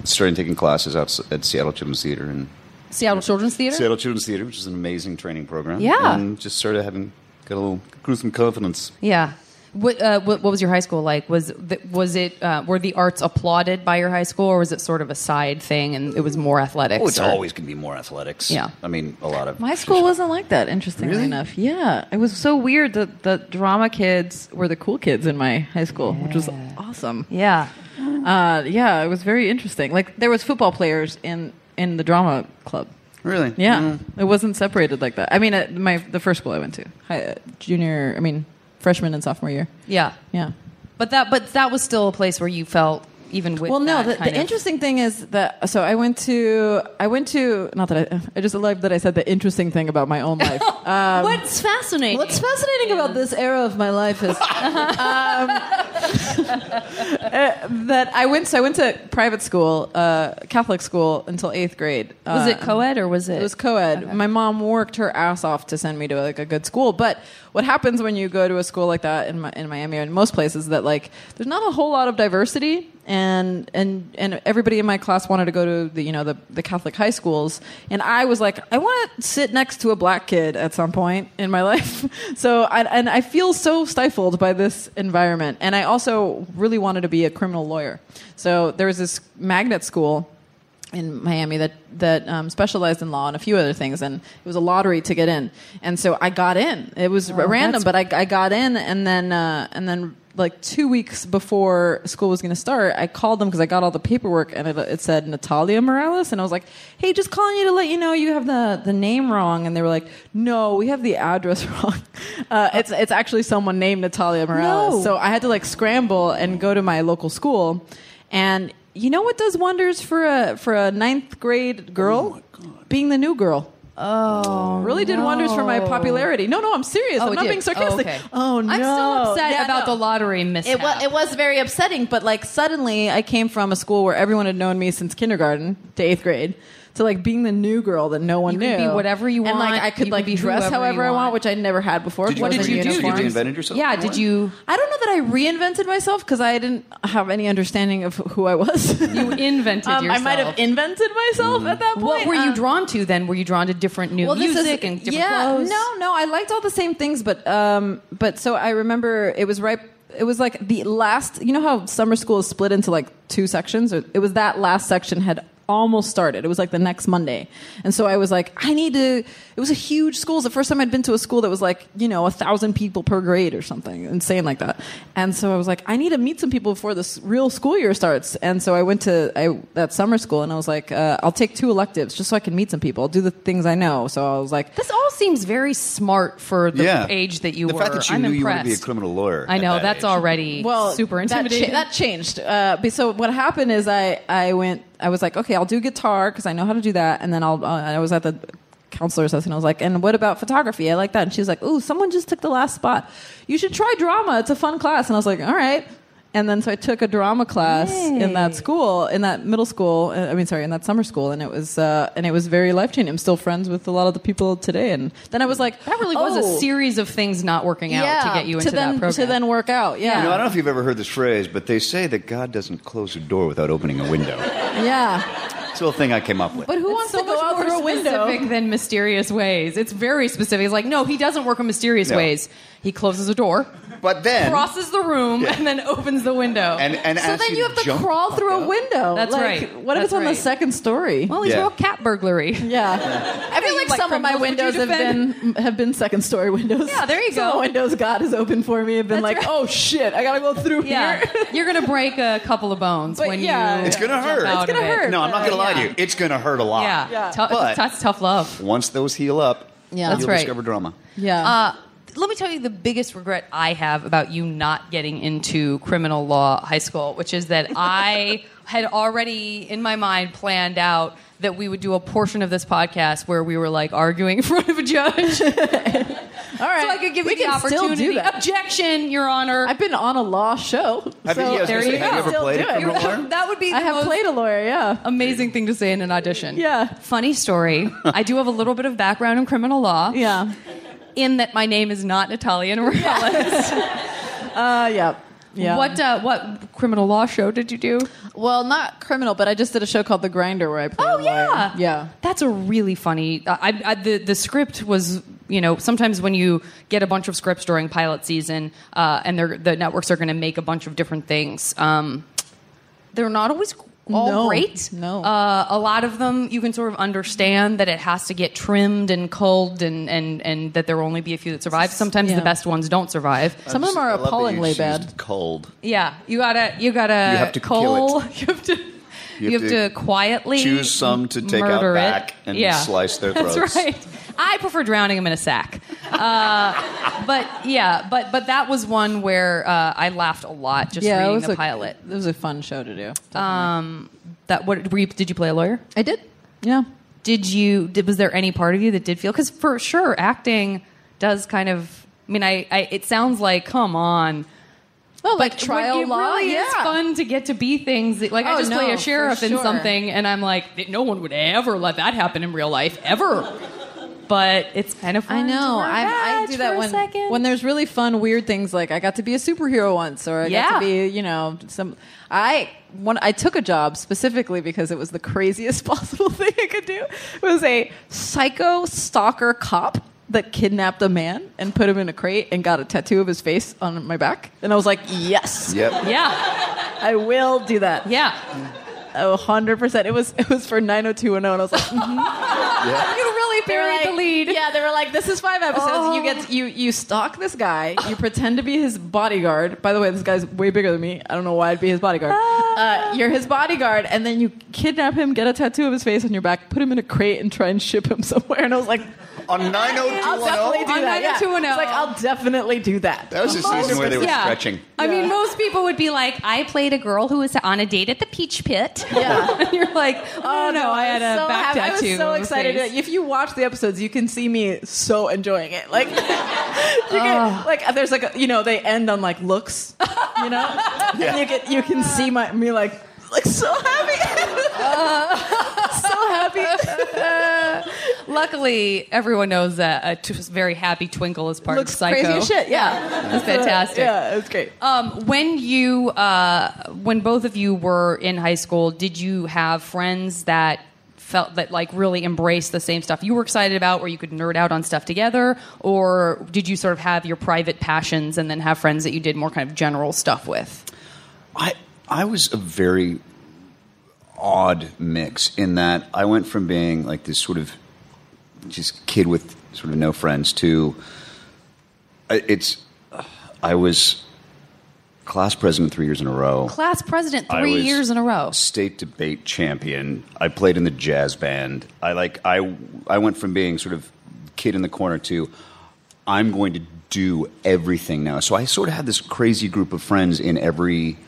started taking classes out at Seattle Children's Theater and
Seattle Children's Theater.
Seattle Children's Theater, which is an amazing training program.
Yeah.
and just started having got a little grew some confidence.
Yeah. What, uh, what, what was your high school like? Was th- was it uh, were the arts applauded by your high school, or was it sort of a side thing and it was more athletics?
Oh, it's
or-
always going to be more athletics.
Yeah.
I mean a lot of
My school wasn't like that, interestingly
Really?
enough. Yeah. It was so weird that the drama kids were the cool kids in my high school, which was awesome.
Yeah.
Uh, yeah, it was very interesting. Like there was football players in in the drama club.
Really? Mm.
Yeah. It wasn't separated like that. I mean, at my the first school I went to, high, uh, junior, I mean, freshman and sophomore year.
Yeah,
Yeah.
but that but that was still a place where you felt even with
well no
that
the,
kind
the
of-
interesting thing is that so i went to i went to not that i i just love that i said the interesting thing about my own life um,
what's fascinating
what's fascinating about this era of my life is um, uh, that i went so i went to private school uh, catholic school until eighth grade
Was it
Um,
co-ed or was it-
it was co-ed my mom worked her ass off to send me to like a good school but what happens when you go to a school like that in, Mi- in miami or in most places is that like there's not a whole lot of diversity and and and everybody in my class wanted to go to the you know the, the catholic high schools and i was like i want to sit next to a black kid at some point in my life so I, and i feel so stifled by this environment and i also really wanted to be a criminal lawyer so there was this magnet school in Miami that that um, specialized in law and a few other things, and it was a lottery to get in. And so I got in. It was
Wow,
random, but I,
that's-
I got in, and then uh, and then like two weeks before school was going to start, I called them because I got all the paperwork, and it, it said Natalia Morales, and I was like, "Hey, just calling you to let you know you have the the name wrong," and they were like, "No, we have the address wrong. Uh, it's it's actually someone named Natalia Morales."
No.
So I had to like scramble and go to my local school, and you know what does wonders for a for a ninth grade girl? Being the new girl. Oh, really did wonders for my
no.
popularity. No, no, I'm serious.
Oh,
I'm
it
not
did.
being sarcastic.
Oh, okay.
Oh, no,
I'm still upset
Yeah,
about
no.
the lottery mishap.
It was, it was very upsetting, but like suddenly I came from a school where everyone had known me since kindergarten to eighth grade to like being the new girl that no one
You
knew.
could be whatever you
and like
want.
I could
You
like
could be
dress
whoever you
however I want,
want.
which I never had before.
Did you-
What
what did you do? Did you reinvented yourself?
Yeah,
did
you?
I don't know that I reinvented myself because I didn't have any understanding of who I was.
you invented
Um,
yourself. Mm-hmm.
I might have invented myself at that point.
What were you
Um,
drawn to then? Were you drawn to different new
this
music and different
yeah,
clothes?
No, no, I liked all the same things, but um, but so I remember it was right. It was like the last. You know how summer school is split into like two sections, or it was that last section had almost started. It was like the next Monday, and so I was like, I need to. It was a huge school. It was the first time I'd been to a school that was like you know a thousand people per grade or something insane like that. And so I was like, I need to meet some people before this real school year starts. And so I went to I, that summer school, and I was like, uh, I'll take two electives just so I can meet some people. I'll do the things I know. So I was like,
This all seems very smart for the age that you
the
were.
fact that you
I'm
knew
impressed.
you wanted to be a criminal lawyer.
I
at
know
that
that's
age.
already super
that cha-
intimidating.
That, changed. Uh, but so what happened is I I went. I was like, okay, I'll do guitar because I know how to do that, and then I'll. Uh, I was at the counselor's house and I was like, and what about photography? I like that. And she was like, ooh, someone just took the last spot. You should try drama. It's a fun class. And I was like, all right. And then so I took a drama class in that school, in that middle school. uh, I mean, sorry, in that summer school, and it was uh, and it was very life changing. I'm still friends with a lot of the people today, and then I was like,
That really was
oh,
a series of things not working out
yeah,
to get you into
then,
that program.
to then work out. Yeah,
You know, I don't know if you've ever heard this phrase, but they say that God doesn't close a door without opening a window.
yeah.
it's a little thing I came up with.
But who wants to go out through a window? Specific than mysterious ways. It's very specific. It's like, no, he doesn't work in mysterious
No.
ways. He closes a door,
but then
crosses the room,
Yeah.
and then opens the window.
And- and So asks then you you to have to jump crawl the
through a window.
That's
Like,
right.
What if
That's
it's on the
right.
second story?
Well, he's
Yeah.
real cat burglary.
Yeah, I feel like,
like
some of my windows
criminals, would you
have been have been second story windows.
Yeah, there you
Some of the
go.
windows God has opened for me have been like, oh shit, I gotta go through
Yeah,
here.
you're gonna break a couple of bones
But
when
yeah.
you.
It's gonna
jump
hurt.
out of it.
No, I'm not gonna lie to you. It's gonna hurt a lot.
Yeah, Tou-
But-
that's tough love.
Once those heal up,
Yeah.
you'll
That's right.
discover drama.
Yeah.
Uh, let me tell you the biggest regret I have about you not getting into criminal law high school, which is that I had already in my mind planned out that we would do a portion of this podcast where we were like arguing in front of a judge. All right. So I could give
We
you the
can still do
opportunity.
that.
Objection, Your Honor. I've
been on a law show.
Have you- yeah, I was gonna say, have you ever played a criminal lawyer?
That would be
I
the
have
most-
played a lawyer, yeah.
Amazing thing to say in an audition.
Yeah.
Funny story. I do have a little bit of background in criminal law.
Yeah.
In that my name is not Natalia Morales.
Uh, yeah. Yeah.
What uh, what criminal law show did you do?
Well, not criminal, but I just did a show called The Grinder where I played Oh yeah. Yeah.
That's a really funny. uh, I, I, the the script was you know sometimes when you get a bunch of scripts during pilot season uh, and they're, the networks are going to make a bunch of different things. Um, they're not always all
No,
great.
no.
Uh, a lot of them you can sort of understand that it has to get trimmed and culled and and and that there will only be a few that survive. Sometimes
Yeah.
the best ones don't survive.
I'm just- I love that you just used Cold.
Yeah, you gotta, you gotta.
You have to kill
cull-
it.
You have to. You, have to, quietly
choose some to take out
murder it.
back and
yeah.
slice their
That's
throats.
right. I prefer drowning him in a sack. Uh, but yeah, but but that was one where uh, I laughed a lot just
Yeah, it
reading
was
the
a-
pilot.
It was a fun show to do.
Um, that what were you, did you play a lawyer?
I did. Yeah.
Did you? Did, was there any part of you that did feel? Because for sure, acting does kind of. I mean, I, I. It sounds like come on.
Oh, like
it
trial
really
law. yeah.
is fun to get to be things that, like I
Oh,
just play
no,
a
for
sheriff in
sure.
something, and I'm like, no one would ever let that happen in real life ever. But it's kind of fun.
I know.
To
I, I do that when when there's really fun, weird things. Like I got to be a superhero once, or I got
Yeah.
to be, you know, some. I when I took a job specifically because it was the craziest possible thing I could do. It was a psycho stalker cop that kidnapped a man and put him in a crate and got a tattoo of his face on my back, and I was like, yes,
Yep.
yeah,
I will do that.
Yeah.
Oh, 100%. It was it was for 90210 and I was like,
Yeah.
You really
buried the lead. Yeah, they were like, this is five episodes. You get you you stalk this guy. You pretend to be his bodyguard. By the way, this guy's way bigger than me. I don't know why I'd be his bodyguard. Uh, you're his bodyguard, and then you kidnap him, get a tattoo of his face on your back, put him in a crate, and try and ship him somewhere. And I was like, oh
on 90210.
I'll definitely do
On
that. Yeah.
90210.
It's like I'll definitely do that.
That was a season where they were stretching.
I mean, most people would be like, I played a girl who was on a date at the Peach Pit.
Yeah.
and you're like, oh, no, I had a
so
back
happy.
tattoo.
I was so
of a
excited.
face.
If you watch the episodes, you can see me so enjoying it. Like, you
Oh.
can, like there's like a, you know they end on like looks, you know, and you can you can see my me like like so happy, so happy.
Luckily, everyone knows that a t- very happy twinkle is part
Looks
of Psycho.
crazy as shit. Yeah,
That's fantastic.
Yeah, it's great.
Um, when you, uh, when both of you were in high school, did you have friends that felt that like really embraced the same stuff you were excited about, where you could nerd out on stuff together, or did you sort of have your private passions and then have friends that you did more kind of general stuff with?
I I was a very odd mix in that I went from being like this sort of just kid with sort of no friends to I- it's I was class president three years in a row.
Class president
I
three
was
years in a row.
State debate champion. I played in the jazz band. I like I I went from being sort of kid in the corner to I'm going to do everything now. So I sort of had this crazy group of friends in every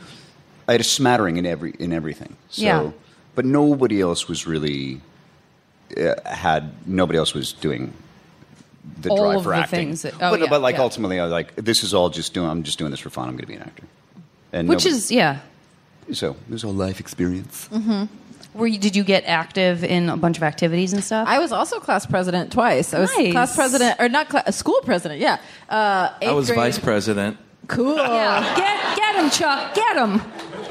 I had a smattering in every in everything. So
Yeah.
but nobody else was really uh, had nobody else was doing the
All
drive
of
for
the
acting.
things that- oh,
but,
yeah,
but like
yeah.
ultimately I was like this is all just doing I'm just doing this for fun. I'm going to be an actor. And
Which
nobody-
is yeah.
so it was a life experience.
Mm-hmm. Were you, did you get active in a bunch of activities and stuff?
I was also class president twice. I was
Nice.
class president or not class, school president. Yeah, uh, eighth
I was
grade.
vice president.
Cool.
Yeah. Get get him, Chuck. Get him.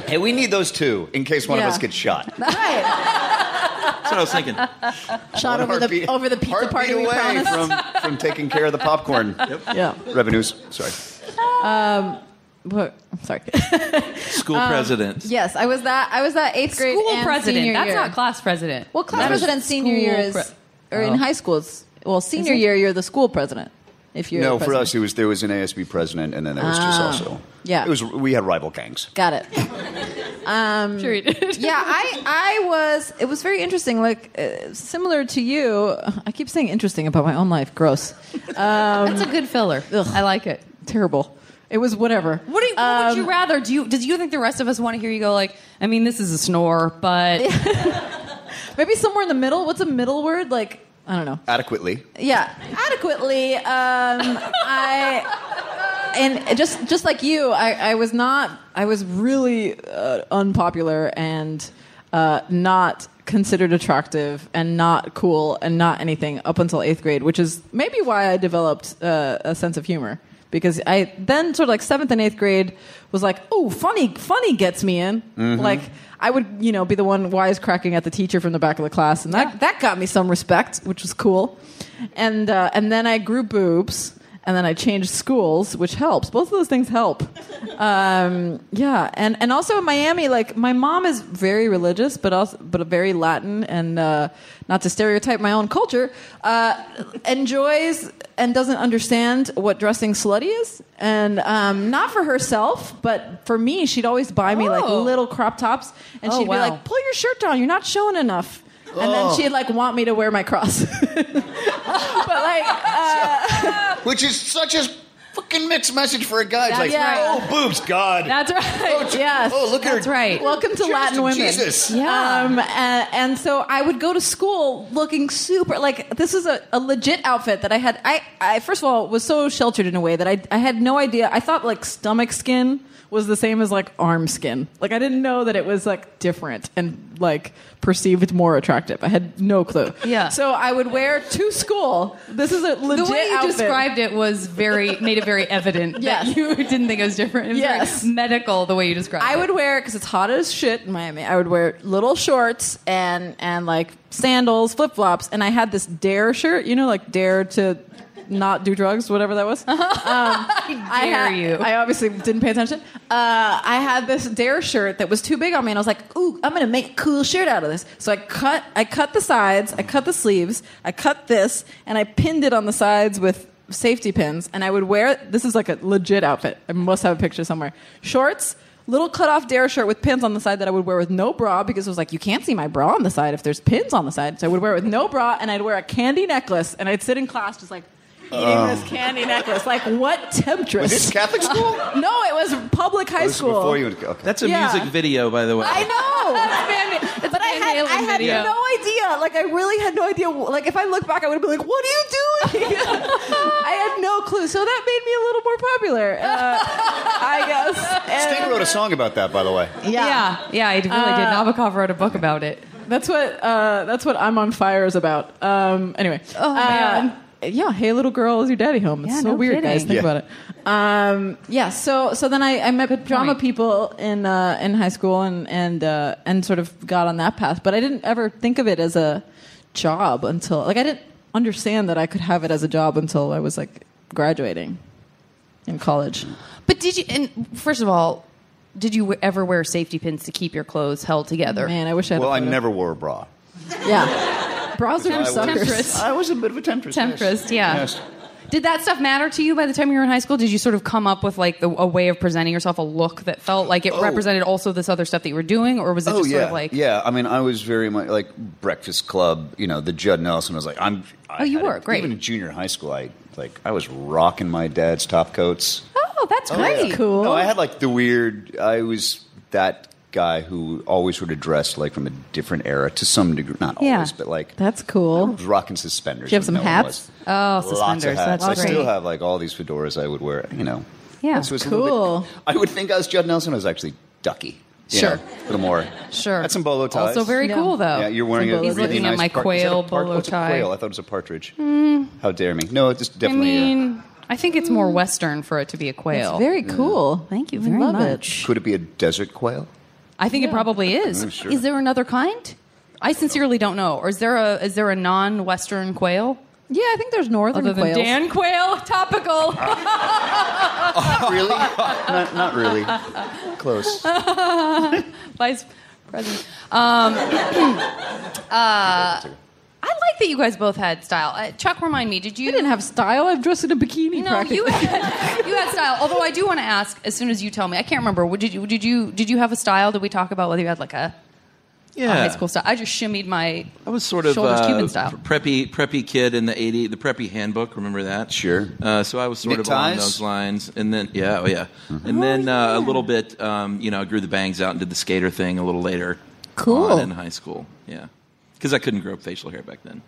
Hey, we need those two in case one
Yeah.
of us gets shot.
That's what I was thinking.
Shot over the over the pizza party we
away
promised.
from, from taking care of the popcorn
Yeah.
revenues. Sorry.
Um,
Oh,
but, sorry.
School
Um,
president.
Yes, I was that. I was that eighth grade
School
and
president.
senior
That's
year.
not class president.
Well, class
That is
president senior
school
year is,
pre-
or
Oh.
in high school, it's well, senior
it?
year you're the school president. If you're
No,
the
for
president.
us it was there was an ASB president, and then there was just
Ah.
also
Yeah.
It was we had rival gangs.
Got it. Um,
Sure you did.
yeah, I I was. It was very interesting. Like uh, similar to you, I keep saying interesting about my own life. Gross. Um,
That's a good filler. I like it.
terrible. It was whatever. Uh,
What, do you, what would you rather? Do you does you think the rest of us want to hear you go like? I mean, this is a snore, but
Maybe somewhere in the middle. What's a middle word? Like I don't know.
Adequately,
Yeah, adequately. Um, I and just just like you, I, I was not. I was really uh, unpopular and uh, not considered attractive and not cool and not anything up until eighth grade, which is maybe why I developed uh, a sense of humor because I then sort of like seventh and eighth grade was like, oh, funny, funny gets me in.
Mhm.
Like I would, you know, be the one wisecracking at the teacher from the back of the class, and that that got me some respect, which was cool. And uh, and then I grew boobs, and then I changed schools, which helps. Both of those things help. Um, yeah, and and also in Miami, like my mom is very religious, but also but very Latin, and uh, not to stereotype my own culture, uh, enjoys and doesn't understand what dressing slutty is, and um, not for herself, but for me, she'd always buy me like
Oh.
little crop tops, and
Oh,
she'd
wow.
be like, "Pull your shirt down, you're not showing enough." And then
Oh.
she'd like want me to wear my cross.
but like, which is such a fucking mixed message for a guy. It's
That's
like,
right.
oh, boobs, God.
That's
Oh, j-
yes.
Oh, look at her.
That's right. Welcome to
Cheers
Latin women.
Jesus.
Yeah. Um, and, and so I would go to school looking super like this is a, a legit outfit that I had. I, I first of all was so sheltered in a way that I I had no idea. I thought like stomach skin was the same as like arm skin. Like I didn't know that it was like different and like perceived more attractive. I had no clue.
Yeah.
So I would wear to school. This is a legit
the way you
outfit.
described it was very made it very evident
Yes.
that you didn't think it was different. It was very
Yes.
medical the way you described
I
it.
would wear because it's hot as shit in Miami. I would wear little shorts and and like sandals, flip flops, and I had this dare shirt. You know, like dare to not do drugs, whatever that was. Um, I
dare
had-
you.
I obviously didn't pay attention. Uh, I had this dare shirt that was too big on me, and I was like, "Ooh, I'm gonna make a cool shirt out of this." So I cut, I cut the sides, I cut the sleeves, I cut this, and I pinned it on the sides with safety pins. And I would wear this is like a legit outfit. I must have a picture somewhere. Shorts. Little cut off dare shirt with pins on the side that I would wear with no bra because it was like, you can't see my bra on the side if there's pins on the side. So I would wear it with no bra and I'd wear a candy necklace and I'd sit in class just like eating
Oh.
this candy necklace. Like, what temptress?
Was this Catholic school?
no, it was public high
This is
school.
Before you, okay.
That's a
Yeah.
music video, by the way.
I know. but I had, I had
video.
no idea. Like, I really had no idea. Like, if I look back, I would have been like, what are you doing? I had no clue. So that made me a little more popular, uh, I guess. And-
Sting wrote a song about that, by the way.
Yeah, yeah, I really did.
Uh,
Nabokov wrote a book about it.
That's what uh, that's what I'm on fire is about. Um, anyway,
Oh, man.
Uh, yeah. Hey, little girl, is your daddy home? It's
Yeah,
so
no
weird,
kidding.
guys. Think
Yeah.
about it. Um, yeah. So so then I, I met drama people in uh, in high school and and uh, and sort of got on that path, but I didn't ever think of it as a job until like I didn't understand that I could have it as a job until I was like graduating in college.
But did you? And first of all, did you ever wear safety pins to keep your clothes held together?
Man, I wish I had a
Well, I
photo.
never wore a bra.
Yeah. Bras
I
are
was-
suckers.
I was a bit of a temptress.
Temptress, yeah.
Yes.
Did that stuff matter to you by the time you were in high school? Did you sort of come up with like the, a way of presenting yourself, a look that felt like it
Oh.
represented also this other stuff that you were doing, or was it
oh
just
yeah,
sort of like
yeah. I mean, I was very much like Breakfast Club. You know, the Judd Nelson was like, I'm. I
Oh, you
had a-
were, great.
Even in junior high school, I like I was rocking my dad's top coats.
oh, that's great,
No, I had like the weird. I was that guy who always sort of dressed like from a different era to some degree, not
Yeah.
always, but like
That's cool.
was rocking suspenders.
Do you have some
when no one
hats?
was.
Oh,
Lots of
suspenders. That's
hats. I
great.
still have like all these fedoras I would wear. You know,
Yeah,
So it's a little bit- I would think I was Judd Nelson. I was actually Ducky. you
Sure.
know, a little more.
Sure.
That's some bolo ties.
Also very Yeah. cool, though.
Yeah, you're wearing
Some
a
bolo He's
really
looking at
nice
my
part- is that a
quail
part-
bolo
what's a
tie.
quail? I thought it was a partridge.
Hmm.
How dare me? No, it's just
I
definitely. a-
mean, I think it's more Western for it to be a quail.
It's very
cool. Thank you
I
very
love
much.
Could it be a desert quail?
I think it probably is.
Mm, sure.
Is there another kind? I sincerely don't know. Or is there a is there a non-Western quail?
Yeah, I think there's northern
Other than
quails.
Dan quail, topical.
really? Not, not really. Close.
Vice President. Um, uh, I like that you guys both had style. Uh, Chuck, remind me, did you? I didn't
have style. I've dressed in a bikini.
No, you had, you had style. Although I do want to ask, as soon as you tell me, I can't remember. what Did you? Did you? Did you have a style? Did we talk about whether you had like a, a
Yeah.
high school style? I just shimmied my.
I was sort of
shoulders
uh,
Cuban style.
preppy preppy kid in the 80 the preppy handbook remember that
sure
uh, so i was sort of
Neckties?
along those lines and then yeah oh yeah
Mm-hmm.
and then Uh, a little bit um, you know i grew the bangs out and did the skater thing a little later
Cool.
on in high school yeah because i couldn't grow facial hair back then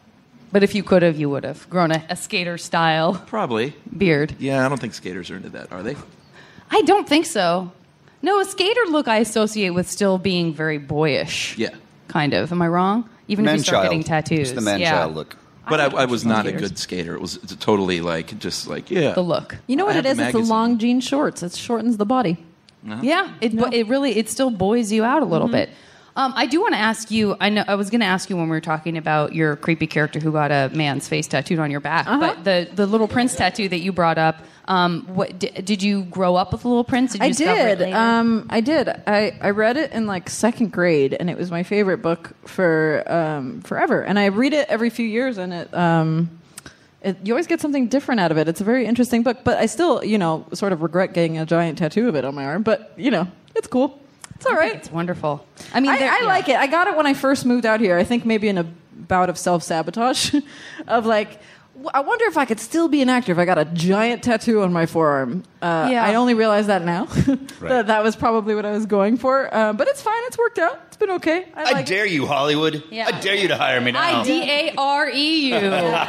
But if you could have, you would have grown a, a skater style.
probably
beard
yeah i don't think skaters are into that are they
I don't think so. No, a skater look I associate with still being very boyish.
yeah
Kind of. Am I wrong? Even if you start getting tattoos. yeah.
but I, I was
from
not a
skaters.
good skater. It was totally like just like yeah.
The look.
You know what
I
it
had
is?
the
It's the
magazine.
long jean shorts. It shortens the body.
Uh-huh.
Yeah, it but it really it still buoys you out a little bit. Um, I do want to ask you. I know I was going to ask you when we were talking about your creepy character who got a man's face tattooed on your back, but the the little prince tattoo that you brought up. Um, what did, did you grow up with little prince? Did you
I
discover it
did.
later?
Um, I did. I, I read it in like second grade, and it was my favorite book for um, forever. And I read it every few years, and it, um, it you always get something different out of it. It's a very interesting book, but I still you know sort of regret getting a giant tattoo of it on my arm. But you know, it's cool.
It's all right. It's wonderful. I mean,
I, I like it. I got it when I first moved out here. I think maybe in a bout of self sabotage, of like, w- I wonder if I could still be an actor if I got a giant tattoo on my forearm. Uh,
Yeah.
I only realize that now. that that was probably what I was going for. Uh, but it's fine. It's worked out. It's been okay. I,
I
like
dare you, Hollywood.
Yeah.
I dare you to hire me now.
I D A R E U.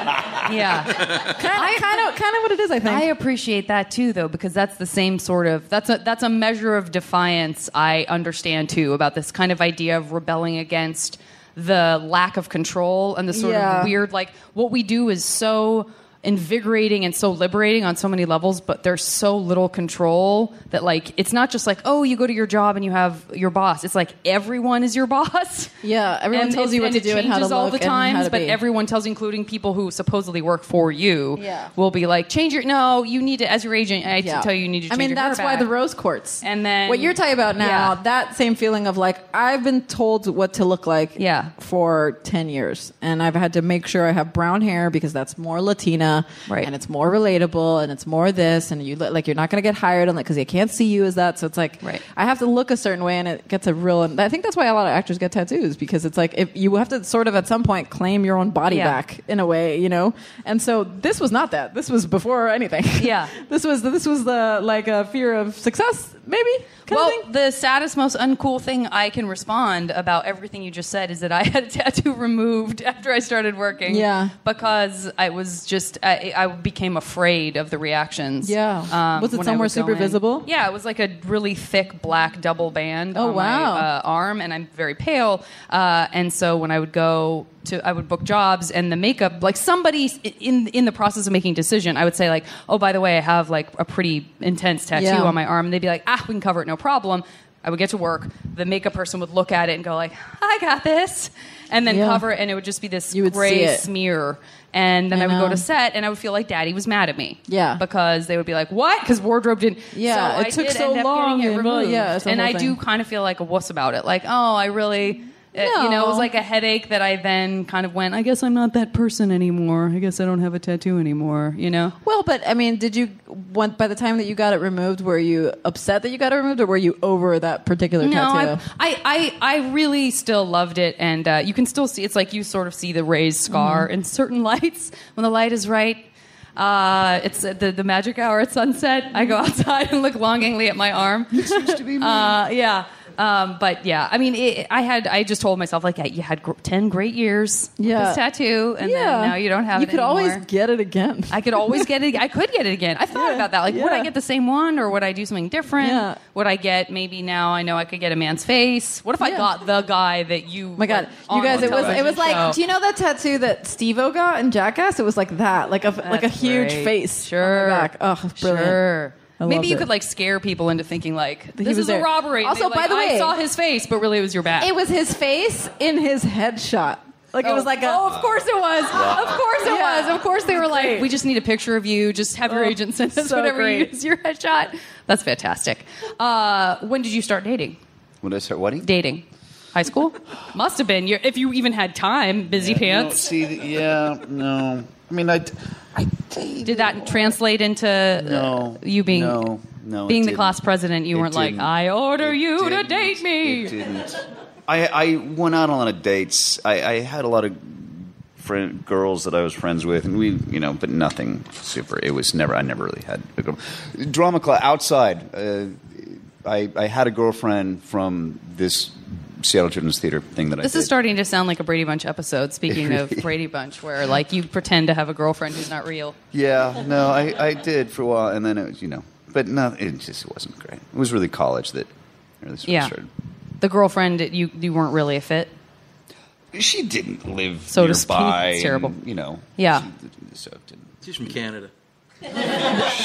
Yeah.
kind of, kind of, kind of what it is. I think
I appreciate that too, though, because that's the same sort of that's a that's a measure of defiance I understand too about this kind of idea of rebelling against the lack of control and the sort
Yeah.
of weird like what we do is so invigorating and so liberating on so many levels but there's so little control that like it's not just like oh you go to your job and you have your boss it's like everyone is your boss
Yeah, everyone
and
tells
it-
you what
and
to
it
do and how to
changes all
look
the
and how
times,
to
but
be.
everyone tells, including people who supposedly work for you,
Yeah.
will be like, change your no. You need to, as your agent, I
Yeah.
tell you, you need to.
I
Change
mean,
your
that's
hair
why
back.
the
rose quartz.
And then
what you're talking about now,
Yeah.
that same feeling of like I've been told what to look like
yeah.
for 10 years and I've had to make sure I have brown hair because that's more Latina right. and it's more relatable and it's more this and you look like you're not going to get hired on that cuz they can't see you as that so it's like I have to look a certain way and it gets a real and I think that's why a lot of actors get tattoos because it's like if you have to sort of at some point claim your own body
Yeah.
back in a way, you know. And so this was not that. This was before anything.
Yeah.
this was this was the like a fear of success maybe.
well, the saddest, most uncool thing I can respond about everything you just said is that I had a tattoo removed after I started working.
Yeah.
because I was just I, I became afraid of the reactions. um,
Yeah. Was it
when I
somewhere
would go
super
in.
visible?
Yeah, it was like a really thick black double band.
Oh,
on my,
wow.
uh, arm, and I'm very pale, uh, and so when I would go to I would book jobs, and the makeup like somebody s- in in the process of making decision, I would say like, oh, by the way, I have like a pretty intense tattoo
Yeah.
on my arm, and they'd be like, ah, we can cover it, no problem. I would get to work. The makeup person would look at it and go like, "I got this," and then
Yeah.
cover it, and it would just be this
would see
gray
it.
smear. And then
I
I, would
know.
go to set, and I would feel like Daddy was mad at me.
Yeah.
because they would be like, "What?" Because wardrobe didn't.
Yeah,
So
it
I
took
did
so
end up
long
Getting it
and, well,
removed.
yeah, it's the
and
whole
I do
thing.
kind of feel like a wuss about it. Like, oh, I really. it- you know, it was
No.
like a headache that I then kind of went. I guess I'm not that person anymore. I guess I don't have a tattoo anymore. You know.
Well, but I mean, did you want by the time that you got it removed, were you upset that you got it removed, or were you over that particular
No,
tattoo?
I, I, I, I really still loved it, and uh, you can still see. It's like you sort of see the raised scar
Mhm.
in certain lights when the light is right. Uh, it's at the, the magic hour at sunset. I
Mm-hmm.
go outside and look longingly at my arm. It seems to be me. Uh, yeah. Um, but yeah, I mean, it, I had I just told myself like yeah, you had gr- ten great years with
Yeah.
this tattoo, and
Yeah.
then now you don't have
You
it.
could always
get it again.
Oh
I could always get it. I could get it again. I thought about that. Like, would I get the same one, or would I do something different?
Yeah.
Would I get maybe now I know I could get a man's face? What if I
Yeah. Oh
got the guy that you?
my god, you guys! It was it was like, do you know that tattoo that Steve-O got in Jackass? It was like that, like a like a
That's
huge
great.
face.
Sure.
back. Oh, brilliant.
Sure.
I loved
Maybe you
it.
could like scare people into thinking like
That he
this
was
is
there.
a robbery. and
Also,
they're
by
like,
the way-
I saw his face, but really it was your back.
It was his face in his headshot. Like it
Oh.
was like a.
Oh, of course it was.
Wow.
Of course it
Yeah.
was. Of course they were
Great.
like, we just need a picture of you. Just have your
Oh,
agent send us
so
whatever you
great.
use your headshot. That's fantastic. Uh, when did you start dating?
When did I start wedding?
Dating. High school? Must have been. Your, if you even had time, busy
No,
pants.
Oh, see, th- yeah, no. I mean, I,
Did that translate into
No,
uh, you being
no, no, it
being the
didn't.
class president? You
It
weren't like,
didn't.
I order you to
didn't.
date me.
It didn't. I, I went out on a lot of dates. I, I had a lot of friend, girls that I was friends with, and we, you know, but nothing super. It was never. I never really had a girl. drama club outside. Uh, I, I had a girlfriend from this Seattle Children's Theater thing that I
This
did.
is starting to sound like a Brady Bunch episode. Speaking of Brady Bunch, where like you pretend to have a girlfriend who's not real.
Yeah, no, I, I did for a while, and then it was, you know, but no, it just wasn't great. It was really college that really sort of
Yeah.
started.
The girlfriend that you you weren't really a fit.
She didn't live
So to speak,
nearby.
it's terrible.
and, you know,
Yeah,
so it didn't.
She's from Canada.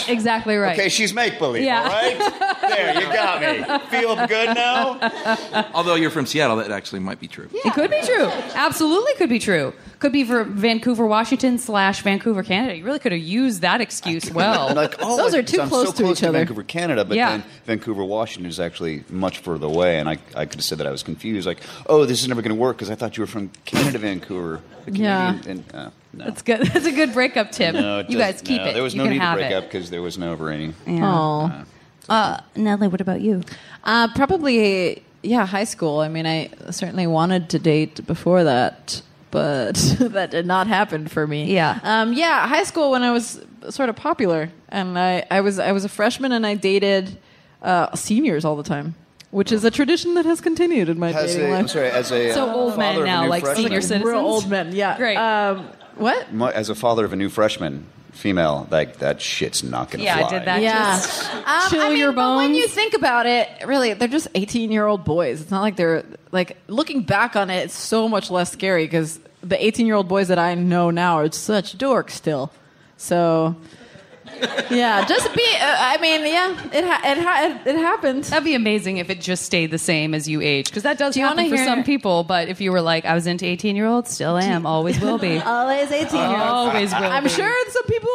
exactly right.
Okay, she's make believe.
Yeah.
All right, there you got me. Feel good now.
Although you're from Seattle, that actually might be true.
It could be true. Absolutely, could be true. Could be for Vancouver, Washington slash Vancouver, Canada. You really could have used that excuse well.
like, oh,
Those
it-
are too
I'm
close
so
to
close
each
to
other.
Vancouver, Canada, but
Yeah.
then Vancouver, Washington is actually much further away, and I, I could have said that I was confused. Like, oh, this is never going to work because I thought you were from Canada, Vancouver. The
Yeah.
Canadian- and, uh, no.
That's good. That's a good breakup tip.
No, it
you
doesn't-
guys keep
no,
it.
There was
you
no
can
need to
have
break
it.
up because there was no over any.
Yeah.
Uh,
Nelly, what about you?
Uh, probably yeah, high school. I mean, I certainly wanted to date before that, but that did not happen for me.
Yeah.
Um, yeah, high school when I was sort of popular, and I, I was I was a freshman and I dated uh, seniors all the time, which is a tradition that has continued in my
As
dating
a,
life.
I'm sorry, as a
So
uh,
old men
father of a
now,
new
like
freshman,
senior citizens? Real old men, yeah. Great. Um, what?
My- as a father of a new freshman, female, like that shit's not gonna fly.
Yeah. Um,
Chill
I mean,
your
but when you think about it, really, they're just 18 year old boys. It's not like they're, like, looking back on it, it's so much less scary because the 18 year old boys that I know now are such dorks still. So, yeah, just be, uh, I mean, yeah, it, ha- it, ha- it, it happened.
That'd be amazing if it just stayed the same as you age, because that does
Do you
happen
wanna
for
hear-
some people. But if you were like, I was into 18 year olds, still am, always will be.
Always 18 year olds.
Always will
Oh, I'm
be.
sure some people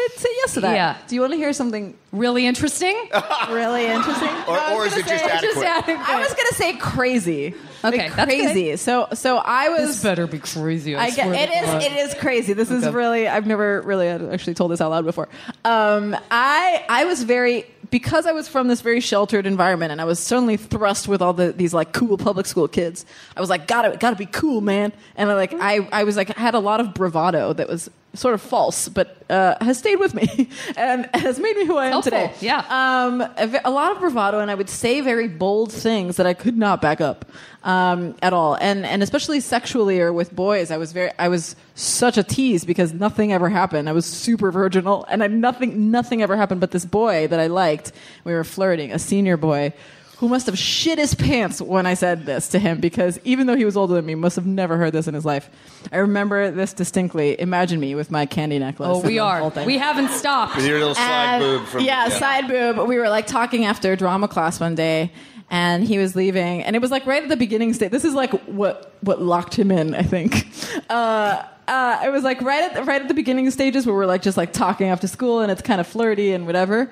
would say yes to that.
Oh, Yeah.
Do you want to hear something
really interesting?
really interesting?
Or,
I was
or is
gonna
it just
say-
adequate?
I was going to say crazy.
Okay,
Like,
that's good.
crazy. So, so I was.
This better be crazy. I,
I get,
swear
it
to God.
is it is crazy. This is
Okay.
really I've never really had actually told this out loud before. Um, I I was very because I was from this very sheltered environment and I was suddenly thrust with all the, these like cool public school kids. I was like, gotta gotta be cool, man. And I like I I was like had a lot of bravado that was sort of false, but uh, has stayed with me and has made me who I am
Helpful,
today. Yeah. Um, a, ve- a lot of bravado, and I would say very bold things that I could not back up um, at all, and and especially sexually or with boys, I was very I was such a tease because nothing ever happened. I was super virginal, and I nothing nothing ever happened. But this boy that I liked, we were flirting, a senior boy. Who must have shit his pants when I said this to him because even though he was older than me, must have never heard this in his life. I remember this distinctly. Imagine me with my candy necklace.
Oh,
and
we
the
are.
whole thing.
We haven't stopped.
With your little side
Uh,
boob from
yeah, side boob. We were like talking after drama class one day, and he was leaving, and it was like right at the beginning state. This is like what what locked him in, I think. Uh, uh, it was like right at the, right at the beginning stages where we're like just like talking after school, and it's kind of flirty and whatever.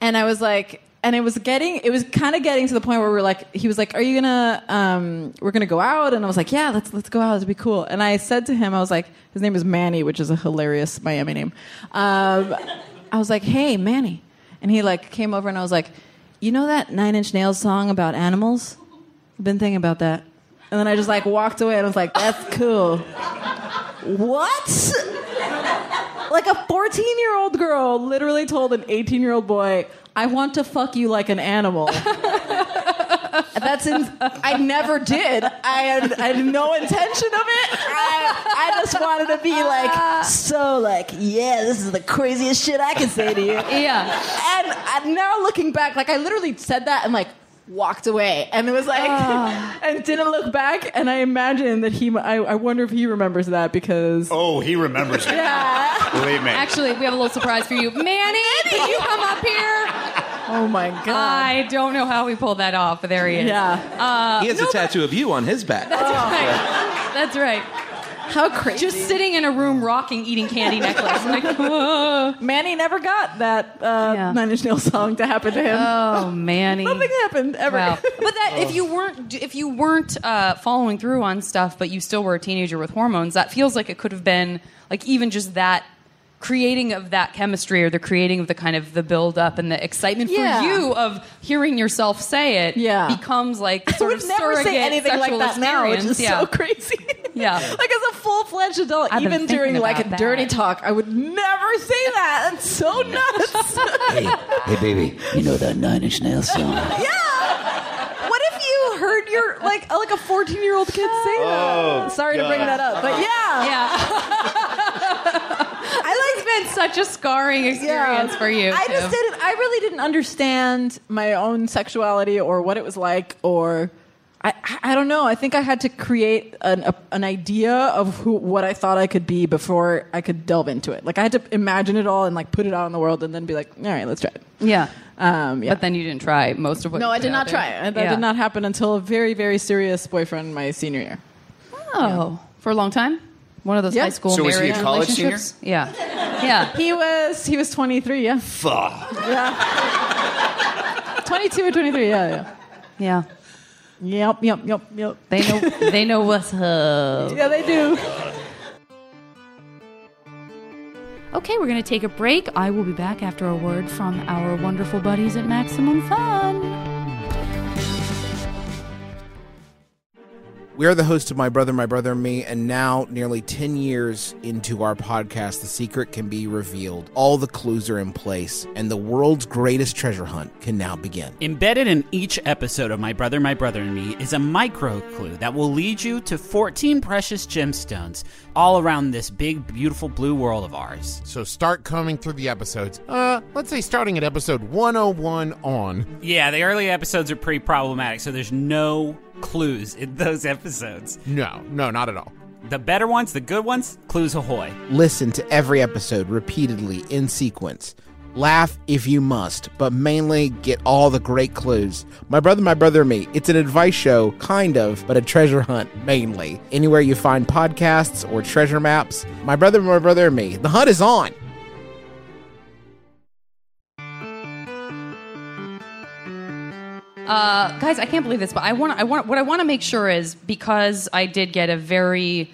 And I was like, and it was getting, it was kind of getting to the point where we were like, he was like, "Are you gonna, um, we're gonna go out?" And I was like, "Yeah, let's let's go out. It'd be cool." And I said to him, I was like, his name is Manny, which is a hilarious Miami name. Um, I was like, "Hey, Manny," and he like came over, and I was like, "You know that Nine Inch Nails song about animals? I've been thinking about that." And then I just like walked away, and I was like, "That's cool." what? like a 14 year old girl literally told an 18 year old boy, I want to fuck you like an animal. That's in, I never did. I had, I had no intention of it. I, I just wanted to be like so like yeah, this is the craziest shit I can say to you.
Yeah.
And I, now looking back, like I literally said that and like walked away and it was like
Ah.
and didn't look back and i imagine that he I, I wonder if he remembers that because
Oh, he remembers it.
Oh.
yeah
Believe me.
Actually, we have a little surprise for you, Manny. Can you come up here?
Oh my god!
I don't know how we pulled that off, but there he is.
Yeah.
Uh,
he has
no,
a tattoo of you on his back.
That's right. That's right.
How crazy!
Just sitting in a room, rocking, eating candy necklace. Like,
Manny never got that uh, Nine Inch Nails song to happen to him.
Oh, Manny.
Nothing happened ever. Oh.
Wow. But that if you weren't if you weren't uh, following through on stuff, but you still were a teenager with hormones, that feels like it could have been like even just that creating of that chemistry or the creating of the kind of the build up and the excitement
Yeah.
for you of hearing yourself say it
Yeah.
becomes like
I
sort
would
of
never
surrogate
say anything like
sexual
that now, which
experience.
is
yeah.
so crazy.
Yeah.
like as a full fledged adult,
I've been
even
thinking
during like a
about that.
dirty talk, I would never say that. That's so nuts.
Hey, baby, you know that Nine Inch Nails song?
yeah. What if you heard your like like a fourteen year old kid say that?
Oh,
uh, Sorry to bring
God.
that up, but yeah,
Yeah. I like been such a scarring experience for you.
I just
Tim.
didn't. I really didn't understand my own sexuality or what it was like, or I, I- I don't know. I think I had to create an a, an idea of who what I thought I could be before I could delve into it. Like I had to imagine it all and like put it out in the world, and then be like, all right, let's try it.
Yeah.
Um, yeah.
But then you didn't try most of what
no,
you
I
put
did
out
not
there.
try. it. That
Yeah.
did not happen until a very very serious boyfriend my senior year.
Oh, for a long time. One of those
Yeah.
high school
So was
marriage
he a college senior?
relationships. Yeah, yeah.
He was he was 23. Yeah,
Fuck.
yeah. 22 or 23. Yeah, yeah.
Yeah,
Yep, yep, yep, yep.
they know. they know uh, what's up.
Yeah, they do.
Okay, we're going to take a break. I will be back after a word from our wonderful buddies at Maximum Fun.
We are the hosts of My Brother, My Brother, and Me, and now, nearly 10 years into our podcast, the secret can be revealed. All the clues are in place, and the world's greatest treasure hunt can now begin.
Embedded in each episode of My Brother, My Brother and Me is a micro clue that will lead you to 14 precious gemstones all around this big, beautiful blue world of ours.
So start combing through the episodes. Uh, let's say starting at episode 101 on.
Yeah, the early episodes are pretty problematic, so there's no clues in those episodes.
No, no, not at all.
The better ones, the good ones, clues ahoy.
Listen to every episode repeatedly in sequence. Laugh if you must, but mainly get all the great clues. My brother, my brother, and me. It's an advice show, kind of, but a treasure hunt mainly. Anywhere you find podcasts or treasure maps, my brother, my brother, and me. The hunt is on.
Uh, guys, I can't believe this, but I want I want what I want to make sure is because I did get a very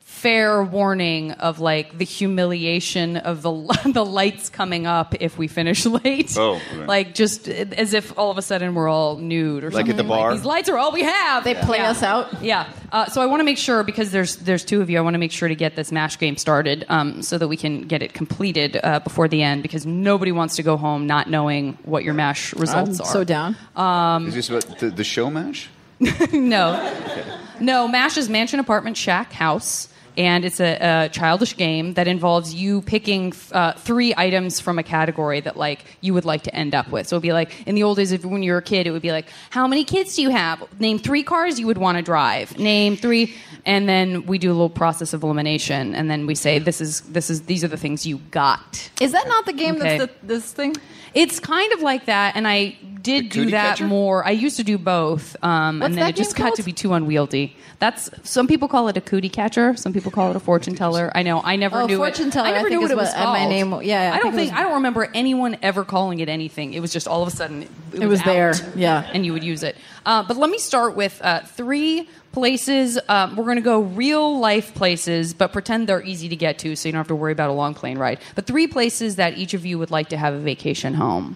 fair warning of like the humiliation of the li- the lights coming up if we finish late.
Oh, okay.
like just as if all of a sudden we're all nude or
Like
something.
at the bar?
These lights are all we have. They
play us
out. Yeah. Uh, so I want to make sure because there's there's two of you. I want to make sure to get this mash game started um, so that we can get it completed uh, before the end because nobody wants to go home not knowing what your mash results
I'm
are.
so down.
Um,
Is this about the, the show mash?
no. No, MASH is Mansion Apartment Shack House. And it's a, a childish game that involves you picking uh, three items from a category that like you would like to end up with. So it'd be like in the old days, if when you were a kid, it would be like, how many kids do you have? Name three cars you would want to drive. Name three, and then we do a little process of elimination, and then we say, this is this is these are the things you got.
Is that not the game that's
Okay.
the, this thing?
It's kind of like that, and I did do
cootie
that
catcher?
more. I used to do both, um,
What's
and then
that
it just
game
got to be too unwieldy. That's some people call it a cootie catcher, some people call it a fortune teller. I know, I never
Oh,
knew
fortune
it.
teller,
I never
I
knew
think
what
is
it was
what- uh,
called.
my name- yeah, I
I, don't
think it was-
think I don't remember anyone ever calling it anything. It was just all of a sudden it,
It was
out,
there, yeah.
and you would use it. Uh, but let me start with uh, three places. Um, we're going to go real life places, but pretend they're easy to get to, so you don't have to worry about a long plane ride. But three places that each of you would like to have a vacation home.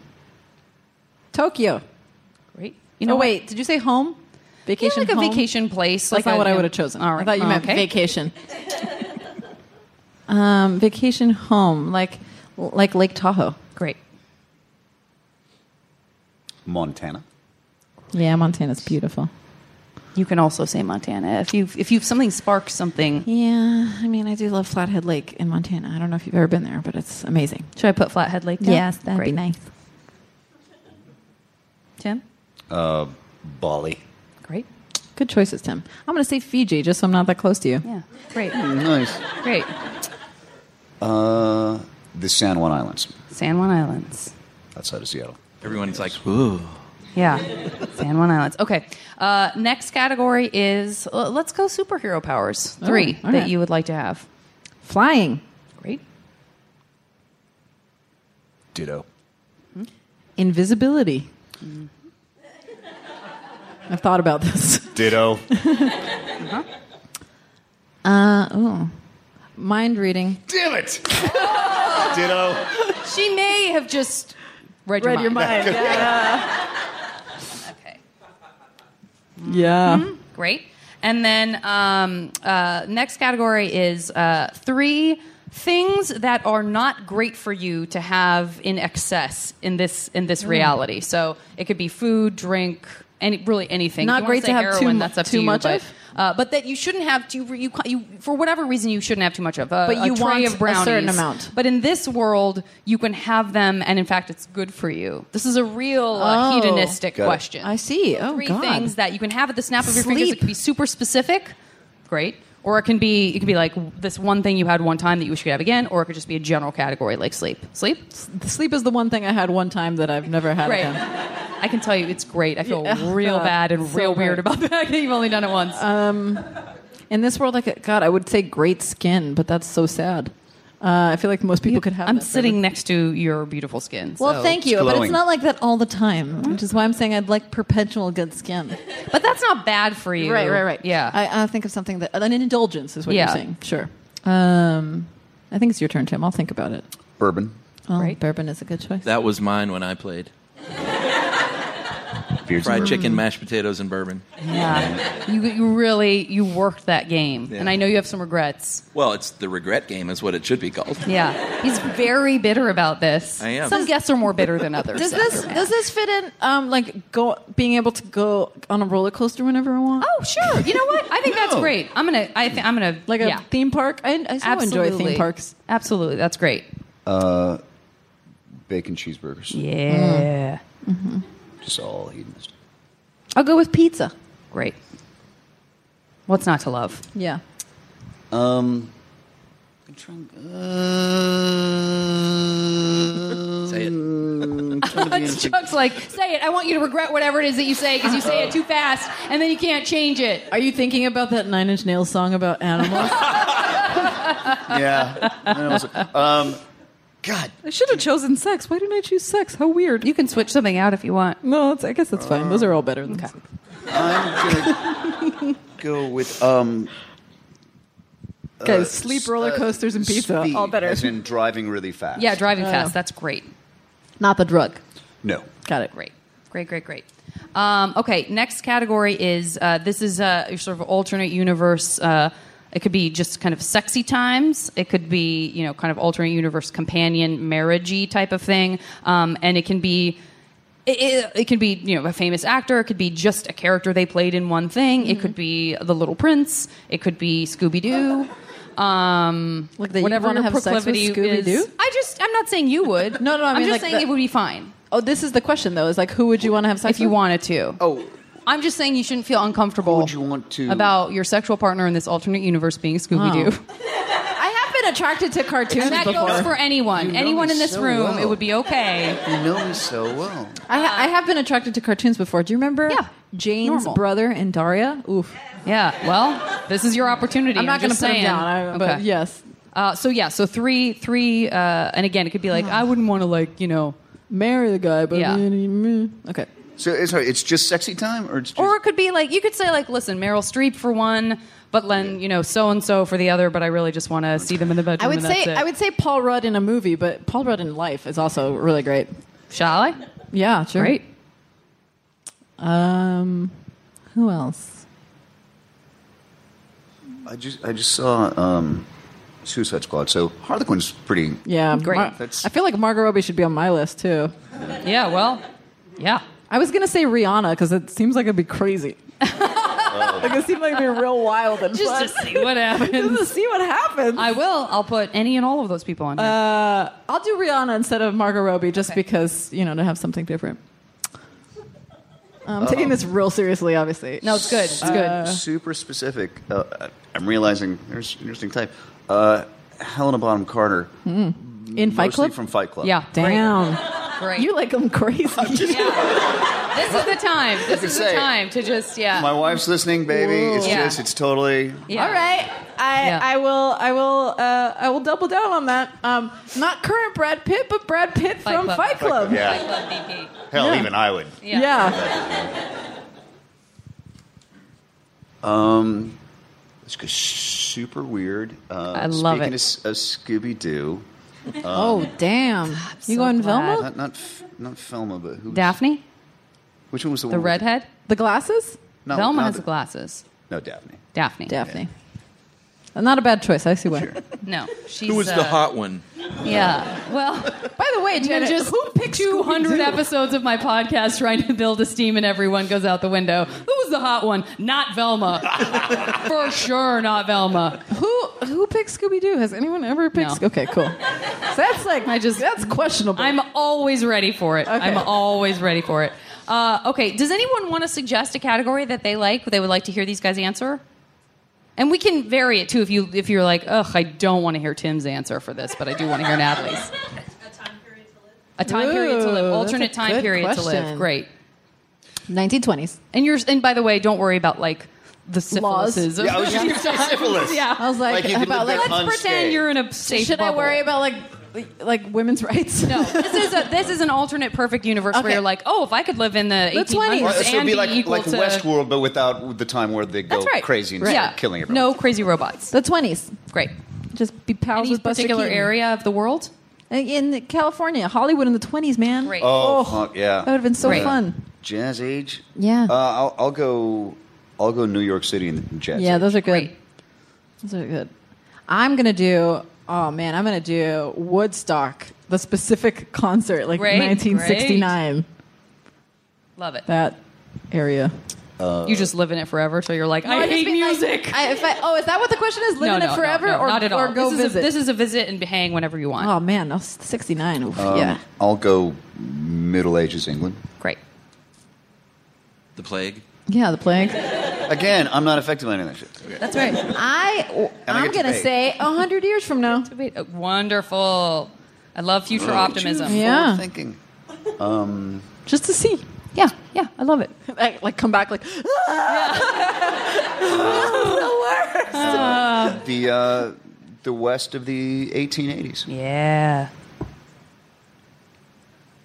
Tokyo.
Great.
You know, oh, wait, did you say home? Vacation,
like a
home?
vacation place,
That's
like
not
a-
what I would have chosen.
All
I
right.
thought you
Oh,
meant
okay.
vacation. um, vacation home, like like Lake Tahoe.
Great.
Montana.
Yeah, Montana's beautiful.
You can also say Montana if you if you something sparks something.
Yeah, I mean, I do love Flathead Lake in Montana. I don't know if you've ever been there, but it's amazing.
Should I put Flathead Lake? Down?
Yes, that'd be nice.
Tim,
Uh, Bali.
great,
good choices, Tim. I'm going to say Fiji, just so I'm not that close to you.
Yeah, great,
Nice.
great.
Uh, the San Juan Islands,
San Juan Islands.
outside of Seattle.
Everyone's like, ooh.
Yeah, San Juan Islands. Okay. Uh, next category is uh, let's go superhero powers.
Oh,
Three
all
that
right.
you would like to have.
Flying.
Great.
Ditto.
Invisibility. Mm. I've thought about this.
Ditto.
Uh, ooh. Mind reading.
Damn it! Ditto.
She may have just read,
Read your mind,
yeah.
Yeah.
Great. And then um, uh, next category is uh, three things that are not great for you to have in excess in this in this
Mm.
reality. So it could be food, drink, any really anything. If
Not
you wanna
great to
say
have
heroin,
too mu-
That's up
too
to you,
much
but,
of?
Uh, but that you shouldn't have too. You, you for whatever reason you shouldn't have too much of. A,
But
a
you
tray
want
of
a
brownies,
certain amount.
But in this world, you can have them, and in fact, it's good for you. This is a real uh,
Oh.
hedonistic
Got it.
question.
I see. Oh,
three
God.
things that you can have at the snap of your fingers. It can be super specific, great, or it can be it could be like this one thing you had one time that you wish you could have again, or it could just be a general category like sleep. Sleep,
Sleep is the one thing I had one time that I've never had
Right.
again.
I can tell you it's great. I feel
Yeah.
real
God,
bad and
so
real weird
great.
about the fact that You've only done it once.
Um, in this world, like God, I would say great skin, but that's so sad. Uh, I feel like most people could have.
I'm
that
sitting next to your beautiful skin.
Well,
so-
thank you, but it's not like that all the time, which is why I'm saying I'd like perpetual good skin.
But that's not bad for you.
Right, right, right. Uh,
Yeah.
I, I think of something that an indulgence is what
Yeah.
you're saying. Sure. Um, I think it's your turn, Tim. I'll think about it.
Bourbon.
Oh, Bourbon is a good choice.
That was mine when I played.
beards
Fried
and
chicken,
bourbon.
mashed potatoes, and bourbon.
Yeah. you, you really you worked that game,
Yeah.
and I know you have some regrets.
Well, it's the regret game, is what it should be called.
Yeah, he's very bitter about this.
I am.
Some guests are more bitter than others.
Does this does this fit in um, like go being able to go on a roller coaster whenever I want?
Oh sure, you know what? I think that's
No.
great. I'm gonna. I think I'm gonna
Like a
yeah.
theme park. I, I still enjoy
Absolutely.
theme parks.
Absolutely, that's great.
Uh, bacon cheeseburgers.
Yeah.
Just all hedonistic.
I'll go with pizza. Great. What's not to love?
Yeah.
Um,
Say
it.
Chuck's like, say it. I want you to regret whatever it is that you say because you say it too fast and then you can't change it.
Are you thinking about that Nine Inch Nails song about animals?
yeah. I was- um, God.
I should have chosen sex. Why didn't I choose sex? How weird.
You can switch something out if you want.
No, it's, I guess that's fine. Those are all better than sex.
go with um. uh,
Guys, sleep, roller coasters, and pizza.
speed,
All better.
As in driving really fast.
Yeah, driving
Oh.
fast. That's great.
Not the drug.
No.
Got it.
Great. Great, great, great. Um, okay, next category is uh, this is uh, your sort of alternate universe. Uh, it could be just kind of sexy times. It could be you know kind of alternate universe companion marriagey type of thing, um, and it can be. It, it, it can be you know a famous actor. It could be just a character they played in one thing. It could be The Little Prince. It could be Scooby Doo. Um,
Like that you
whatever
wanna
your
have sex with
proclivity
Scooby-Doo?
is. I just I'm not saying you would. no, no,
I
am
mean,
just
like
saying
the-
it would be fine.
Oh, this is the question though. Is like, who would you want to have sex
If you
with?
wanted to.
Oh,
I'm just saying you shouldn't feel uncomfortable
you want to
about your sexual partner in this alternate universe being Scooby Doo.
Oh. I have been attracted to cartoons
And that
before.
goes for anyone.
You know
anyone
me
in this
so
room,
well.
it would be okay.
You know me so well.
I, ha- I have been attracted to cartoons before. Do you remember? Yeah. Jane's
Uh, normal.
brother and Daria. Oof.
Yeah. Well, this is your opportunity.
I'm not
going
gonna
to
put 'em down, I- but yes.
Uh, so yeah. So three, three, uh, and again, it could be like I wouldn't want to like you know
marry the guy, but
yeah.
Okay.
So it's sorry, it's just sexy time, or it's just,
Or it could be like you could say like, listen, Meryl Streep for one, but then you know so and so for the other. But I really just want to see them in the bedroom.
I would
and
say
that's it.
I would say Paul Rudd in a movie, but Paul Rudd in life is also really great.
Shall I?
Yeah, sure.
Great.
Um, who else?
I just I just saw um, Suicide Squad. So Harlequin's pretty.
Yeah,
great.
Mar-
That's
I feel like Margot Robbie should be on my list too.
Yeah. Well. Yeah.
I was gonna say Rihanna because it seems like it'd be crazy. like it seemed like it'd be real wild and
Just
fun.
to see what happens.
Just to see what happens.
I will. I'll put any and all of those people on. Here.
Uh, I'll do Rihanna instead of Margot Robbie just because you know to have something different. I'm taking this real seriously, obviously.
No, it's good. It's
Uh,
super specific. Uh, I- I'm realizing there's an interesting type. Uh, Helena Bonham Carter.
Mm. In Fight
mostly
Club?
from Fight Club.
Damn.
Great.
You like them crazy.
This is the time. This is the
say,
time to just yeah.
My wife's listening, baby.
Whoa.
It's
Yeah.
just it's totally.
Yeah.
All right. I,
Yeah.
I will I will uh, I will double down on that. Um, not current Brad Pitt, but Brad Pitt
Fight
from
Club.
Fight Club.
Yeah. Hell,
Yeah.
even I would.
Yeah.
Um, it's g- super weird. Uh,
I love
speaking
it.
Speaking of, Scooby Doo.
oh damn! You
so
going Velma?
Not not F- not Velma, but who?
Daphne,
Which one was the,
the
one? with-
redhead.
The glasses?
No,
Velma
not
has
the-
the glasses.
No, Daphne.
Daphne.
Daphne. Not a bad choice. I see why.
No, she's
Who was
uh,
the hot one?
Yeah. Well,
by the way,
Janet, just who picked 200 episodes of my podcast trying to build esteem and everyone goes out the window. Who was the hot one? Not Velma. For sure, not Velma.
Who who picked Scooby Doo? Has anyone ever picked? Sc- Okay, cool. So that's like I just that's questionable.
I'm always ready for it.
Okay.
I'm always ready for it. Uh, okay. Does anyone want to suggest a category that they like? They would like to hear these guys answer. And we can vary it too if you if you're like, ugh, I don't want to hear Tim's answer for this, but I do want to hear Natalie's. A time period to live.
Ooh, that's
Alternate
a
time
good
period to
question.
live. Great.
1920s.
And you're and by the way, don't worry about like the syphilis.
Laws.
of
Yeah, I was just
these
gonna say
times.
syphilis.
Yeah,
I was like, Like, you could about, live like-
let's
there unscathed.
pretend you're in a safe
Should I
bubble.
worry about like like- like women's rights?
No, this is a this is an alternate perfect universe where
Okay.
you're like, oh, if I could live in the
The
1800s
Well, so
and
it'd be like,
equal
like
to
Westworld, but without the time where they go
That's right.
crazy and
Right.
start
Yeah.
killing everyone.
no crazy robots.
The 20s.
Great.
Just be pals
Any
with Buster
particular
Keaton.
area of the world?
in California, Hollywood in the 20s, man.
Great.
Oh, fuck, yeah.
That would have been so
Great.
fun.
Jazz Age.
Yeah.
Uh, I'll, I'll go. I'll go New York City and Jazz.
yeah,
Age.
those are good. Those are good. I'm gonna do. Oh man, I'm gonna do Woodstock, the specific concert, like
Great,
1969.
Love it.
That area.
you just live in it forever, so you're like,
No,
I
I just
hate
mean, like,
music.
I- if I- oh, is that what the question is? Live
No,
in
no,
it
no,
forever,
no,
or,
not at all.
or go
this
visit?
Is a, this is a visit and hang whenever you want.
oh man, oh, 69. Oof,
Um,
yeah.
I'll go Middle Ages England.
Great.
The plague.
Yeah, the plague.
Again, I'm not affected by any of that shit.
That's right. I
And I
I'm
get to
gonna
bake.
say hundred years from now.
Wonderful. I love future
Oh,
optimism.
forward
Yeah.
Thinking. Um,
Just to see. Yeah, yeah, I love it. Like, like come back, like
the uh, the West of the 1880s.
Yeah.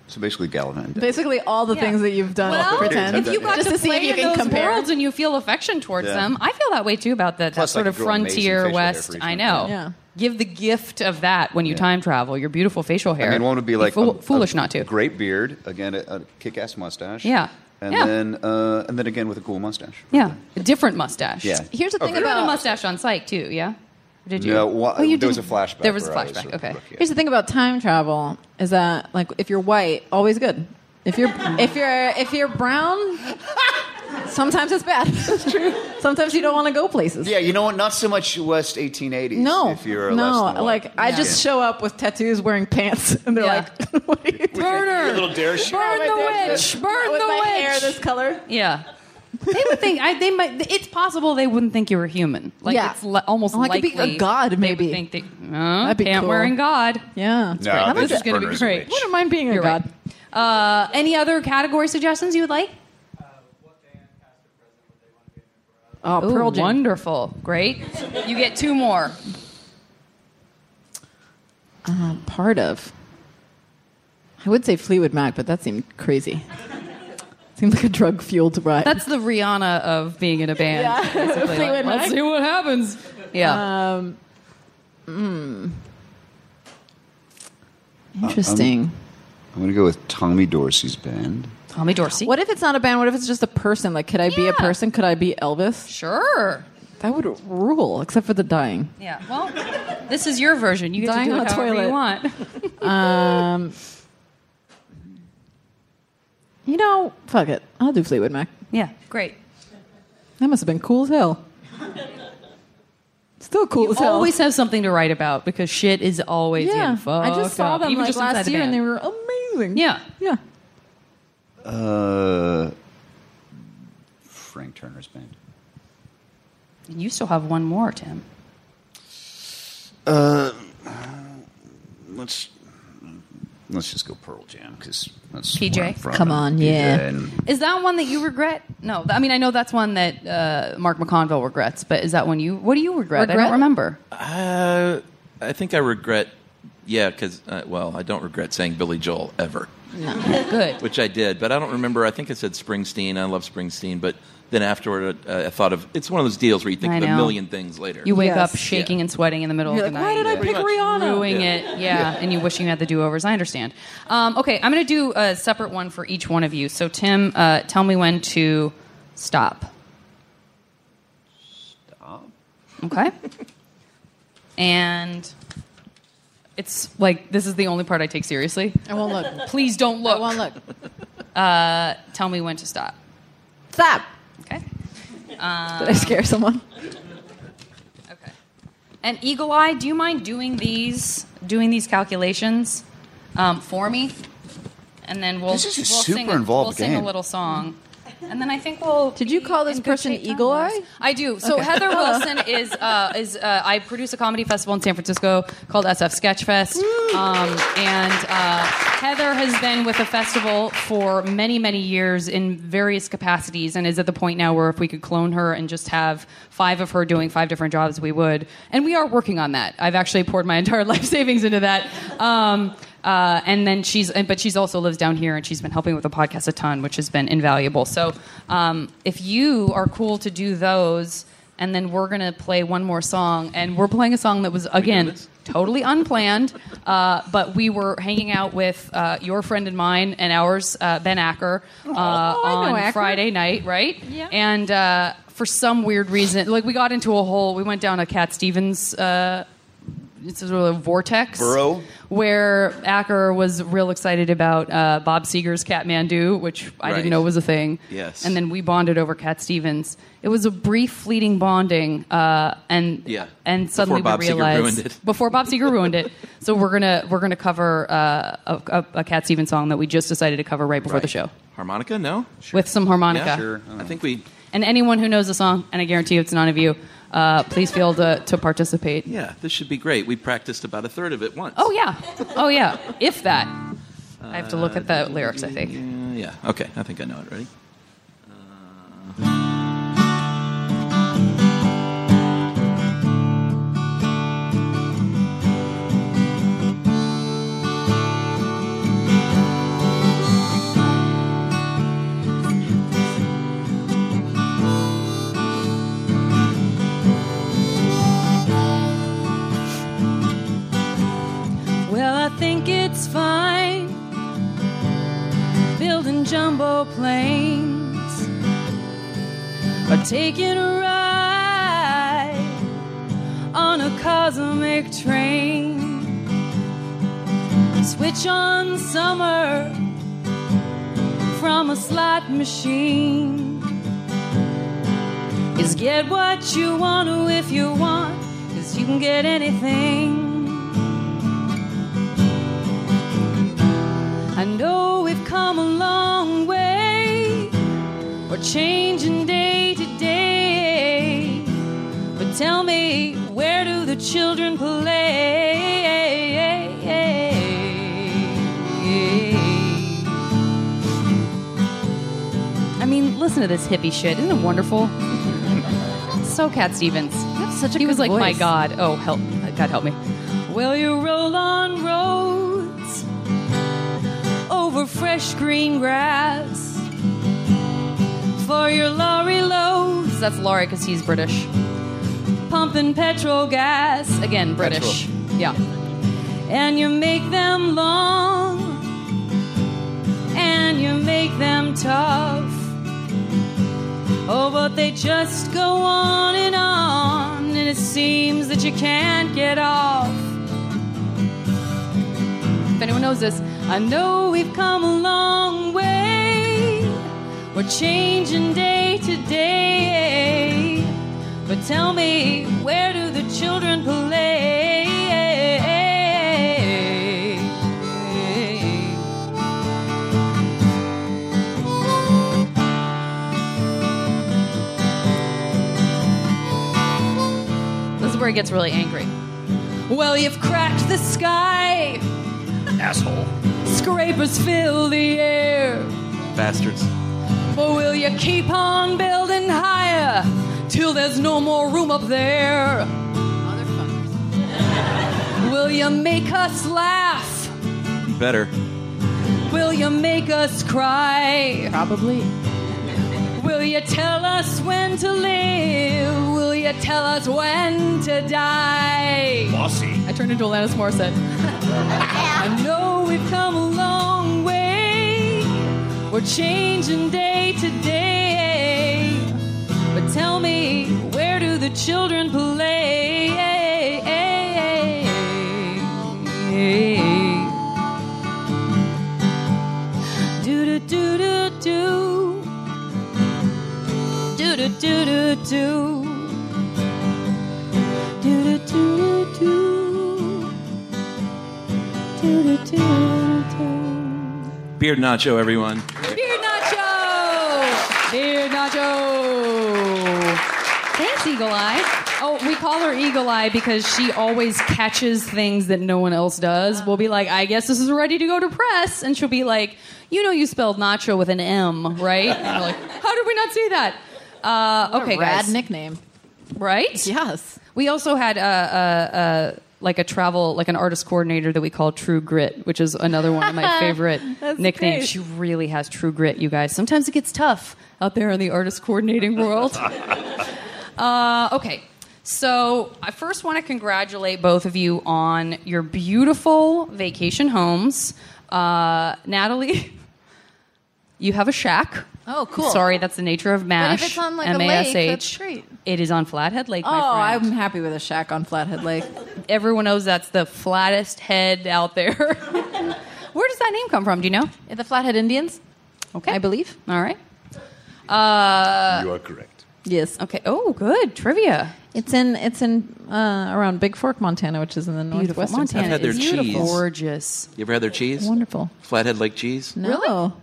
So basically, Gallivan.
basically all the things that you've done.
Well,
pretend.
if you got
just
to,
see
play
if you
in
can
those
compare.
worlds and you feel affection towards
Yeah.
them, I feel that way too about the, that
Plus,
sort
like,
of
you grow amazing facial
frontier
hair
West.
for each
I
one.
know.
Yeah.
Give the gift of that when you
Yeah.
time travel. Your beautiful facial hair.
I mean, one would be like
fool-
a-
foolish
a
not to.
Great beard. Again, a, a kick-ass mustache.
Yeah.
And
Yeah.
then uh, and then again with a cool mustache.
Yeah, a different mustache.
Yeah.
Here's the
Oh,
thing
very
about
good.
a mustache on psych too. Yeah. Or did you?
No, well,
Oh, you
there was a
didn't.
flashback.
There was a
where I was
flashback.
sort of
okay.
looking at-
Here's the thing about time travel is that like if you're white, always good. If you're if you're if you're brown, sometimes it's bad. That's true. Sometimes you don't want to go places.
Yeah, you know what? Not so much West 1880s.
No,
if you're a
no,
less than
like
white.
I just show up with tattoos, wearing pants, and they're like, "What are you doing?
Burn her. Little dare she-
Burn
Oh, my
the
goodness.
witch! Burn
With
the
my
witch!
hair this color.
Yeah. they would think I, they might. It's possible they wouldldn't think you were human. Like
Yeah.
it's li- almost
Oh, I could be
likely
a god,
Maybe they would think they no,
That'd be
pant
cool.
wearing god.
Yeah,
That's great. this is going to be great.
Wouldn't mind being a
You're
god.
Oh, Uh, any other category suggestions you would like?
Oh,
Ooh,
Pearl Jam.
wonderful, great. You get two more.
Uh, part of. I would say Fleetwood Mac, but that seemed crazy. Seemed like a drug fueled ride.
That's the Rihanna of being in a band.
Yeah.
basically. Like,
Fleetwood
Let's
Mac.
see what happens. Uh, Yeah.
Um, mm.
Uh, um,
Interesting.
I'm going to go with Tommy Dorsey's band.
Tommy Dorsey.
What if it's not a band? What if it's just a person? Like, could I be a person? Could I be Elvis?
Sure.
That would rule, except for the dying.
Yeah. Well, this is your version. You get
Dying
to do
on
it
a
however
toilet.
you want.
um, you know, fuck it. I'll do Fleetwood Mac.
Yeah. Great.
That must have been cool as hell. Still cool as hell.
Always have something to write about because shit is always
yeah.
getting fucked
I just saw
up,
them
even
like
just inside
last
the
year, and
band.
they were amazing.
Yeah.
yeah.
Uh, Frank Turner's band.
And you still have one more, Tim.
Uh, let's let's just go Pearl Jam because that's
PJ?
where I'm from.
Come on,
PJ,
yeah.
and-
Is that one that you regret? No, I mean I know that's one that uh, Mark McConville regrets, but is that one you? What do you regret? I
Regret?
don't remember.
Uh, I think I regret. Yeah, because uh, well, I don't regret saying Billy Joel ever,
Good.
which I did, but I don't remember. I think I said Springsteen. I love Springsteen, but then afterward, uh, I thought of it's one of those deals where you think
I
of a
know.
million things later.
You wake
Yes.
up shaking and sweating in the middle
You're
of the
like, "Why
night.
did I Yeah. pick Pretty much. Rihanna?"
Ruining
Yeah.
it, yeah.
Yeah.
And you wishing you had the do overs. I understand. Um, okay, I'm going to do a separate one for each one of you. So Tim, uh, tell me when to stop.
Stop.
Okay. and it's like this is the only part I take seriously.
I won't look.
Please don't look. I
won't look.
Uh, tell me when to stop.
Stop.
Okay. Um,
Did I scare someone?
And Eagle Eye, do you mind doing these doing these calculations um, for me? And then we'll
This is a
we'll
super
sing,
involved
we'll sing
game.
a little song. And then I think we'll.
Did you call this person Eagle Eye?
I do. So
Okay.
Heather Wilson is uh, is uh, I produce a comedy festival in San Francisco called SF Sketchfest, um, and uh, Heather has been with the festival for many many years in various capacities, and is at the point now where if we could clone her and just have five of her doing five different jobs, we would. And we are working on that. I've actually poured my entire life savings into that. Um, uh, and then she's, and- but she's also lives down here, and she's been helping with the podcast a ton, which has been invaluable. So, um, if you are cool to do those, and then we're gonna play one more song, and we're playing a song that was again totally unplanned. Uh, but we were hanging out with uh, your friend and mine and ours, uh, Ben Acker, uh, on
Acker.
Friday night, right? Yeah. And uh, for some weird reason, like we got into a hole. We went down a Cat Stevens. Uh, it's a sort of vortex
Burrow?
where Acker was real excited about uh, Bob Seger's Catmandu, which I
Right.
didn't know was a thing.
Yes.
And then we bonded over Cat Stevens. It was a brief, fleeting bonding, uh, and
Yeah.
and suddenly
Before Bob
we
Seger
realized
ruined it.
before Bob Seger ruined it. So we're gonna we're gonna cover uh, a, a, a Cat Stevens song that we just decided to cover right before the
Right.
show
Harmonica? No.
with some harmonica.
Yeah? I think we.
And anyone who knows the song, and I guarantee you it's none of you, uh, please feel to, to participate.
Yeah, this should be great. We practiced about a third of it once.
Oh yeah. Oh yeah. If that. I have to look at the lyrics. I think.
Uh, Yeah. Okay. I think I know it. Ready?
Well, I think it's fine building jumbo planes or taking a ride on a cosmic train. Switch on summer from a slot machine. Is get what you want to if you want, cause you can get anything. I know we've come a long way. We're changing day to day. But tell me, where do the children play?
I mean, listen to this hippie shit. Isn't it wonderful? so Cat Stevens.
such a
he was
good
like, my
voice."
God. Oh, help. God help me.
Will you roll on roads over fresh green grass for your lorry loads?
That's Laurie because he's British.
Pumping petrol gas,
Again, British. Yeah.
and you make them long, and you make them tough. Oh, but they just go on and on, and it seems that you can't get off.
If anyone knows this,
I know we've come a long way. We're changing day to day. But tell me, where do the children play?
this is where he gets really angry.
Well, you've cracked the sky.
Asshole.
Scrapers fill the air.
Bastards.
Or will you keep on building higher till there's no more room up there? Motherfuckers. will you make us laugh?
Better.
Will you make us cry? Probably. Will you tell us when to live? Will you tell us when to die?
Bossy.
I turned into Alanis Morissette.
I know we've come a long way. We're changing day to day. But tell me, where do the children play? Do do do do do. Do do do do do. Do do do do do. Do do do do.
Beard Nacho, everyone.
Beer nacho.
Dear Nacho. Thanks, Eagle Eye. Oh, we call her Eagle Eye because she always catches things that no one else does. We'll be like, I guess this is ready to go to press. And she'll be like, You know, you spelled nacho with an M, right? And we're like, How did we not see that? Uh,
What a
okay,
rad
guys.
nickname.
right? Yes. We also had a, a, a like a travel, like an artist coordinator that we call True Grit, which is another one of my favorite
That's
nicknames.
great.
She really has True Grit, you guys. Sometimes it gets tough out there in the artist coordinating world. uh, okay, So, I first want to congratulate both of you on your beautiful vacation homes. Uh, Natalie, you have a shack.
Oh, cool.
Sorry, that's the nature of MASH.
But if it's on like a lake, that's
M-A-S-H.
great.
It is on Flathead Lake.
Oh,
my friend. I'm happy with a shack on Flathead Lake. Everyone knows that's the flattest head out there. Where does that name come from? Do you know? The Flathead Indians. Okay, I believe. All right. Uh,
you are correct.
Yes.
Okay. Oh, good trivia.
It's in it's in uh, around Big Fork, Montana, which is in the
Beautiful.
northwestern.
Montana
I've had their
is
cheese.
beautiful. Gorgeous.
You ever had their cheese?
Wonderful.
Flathead Lake cheese.
No.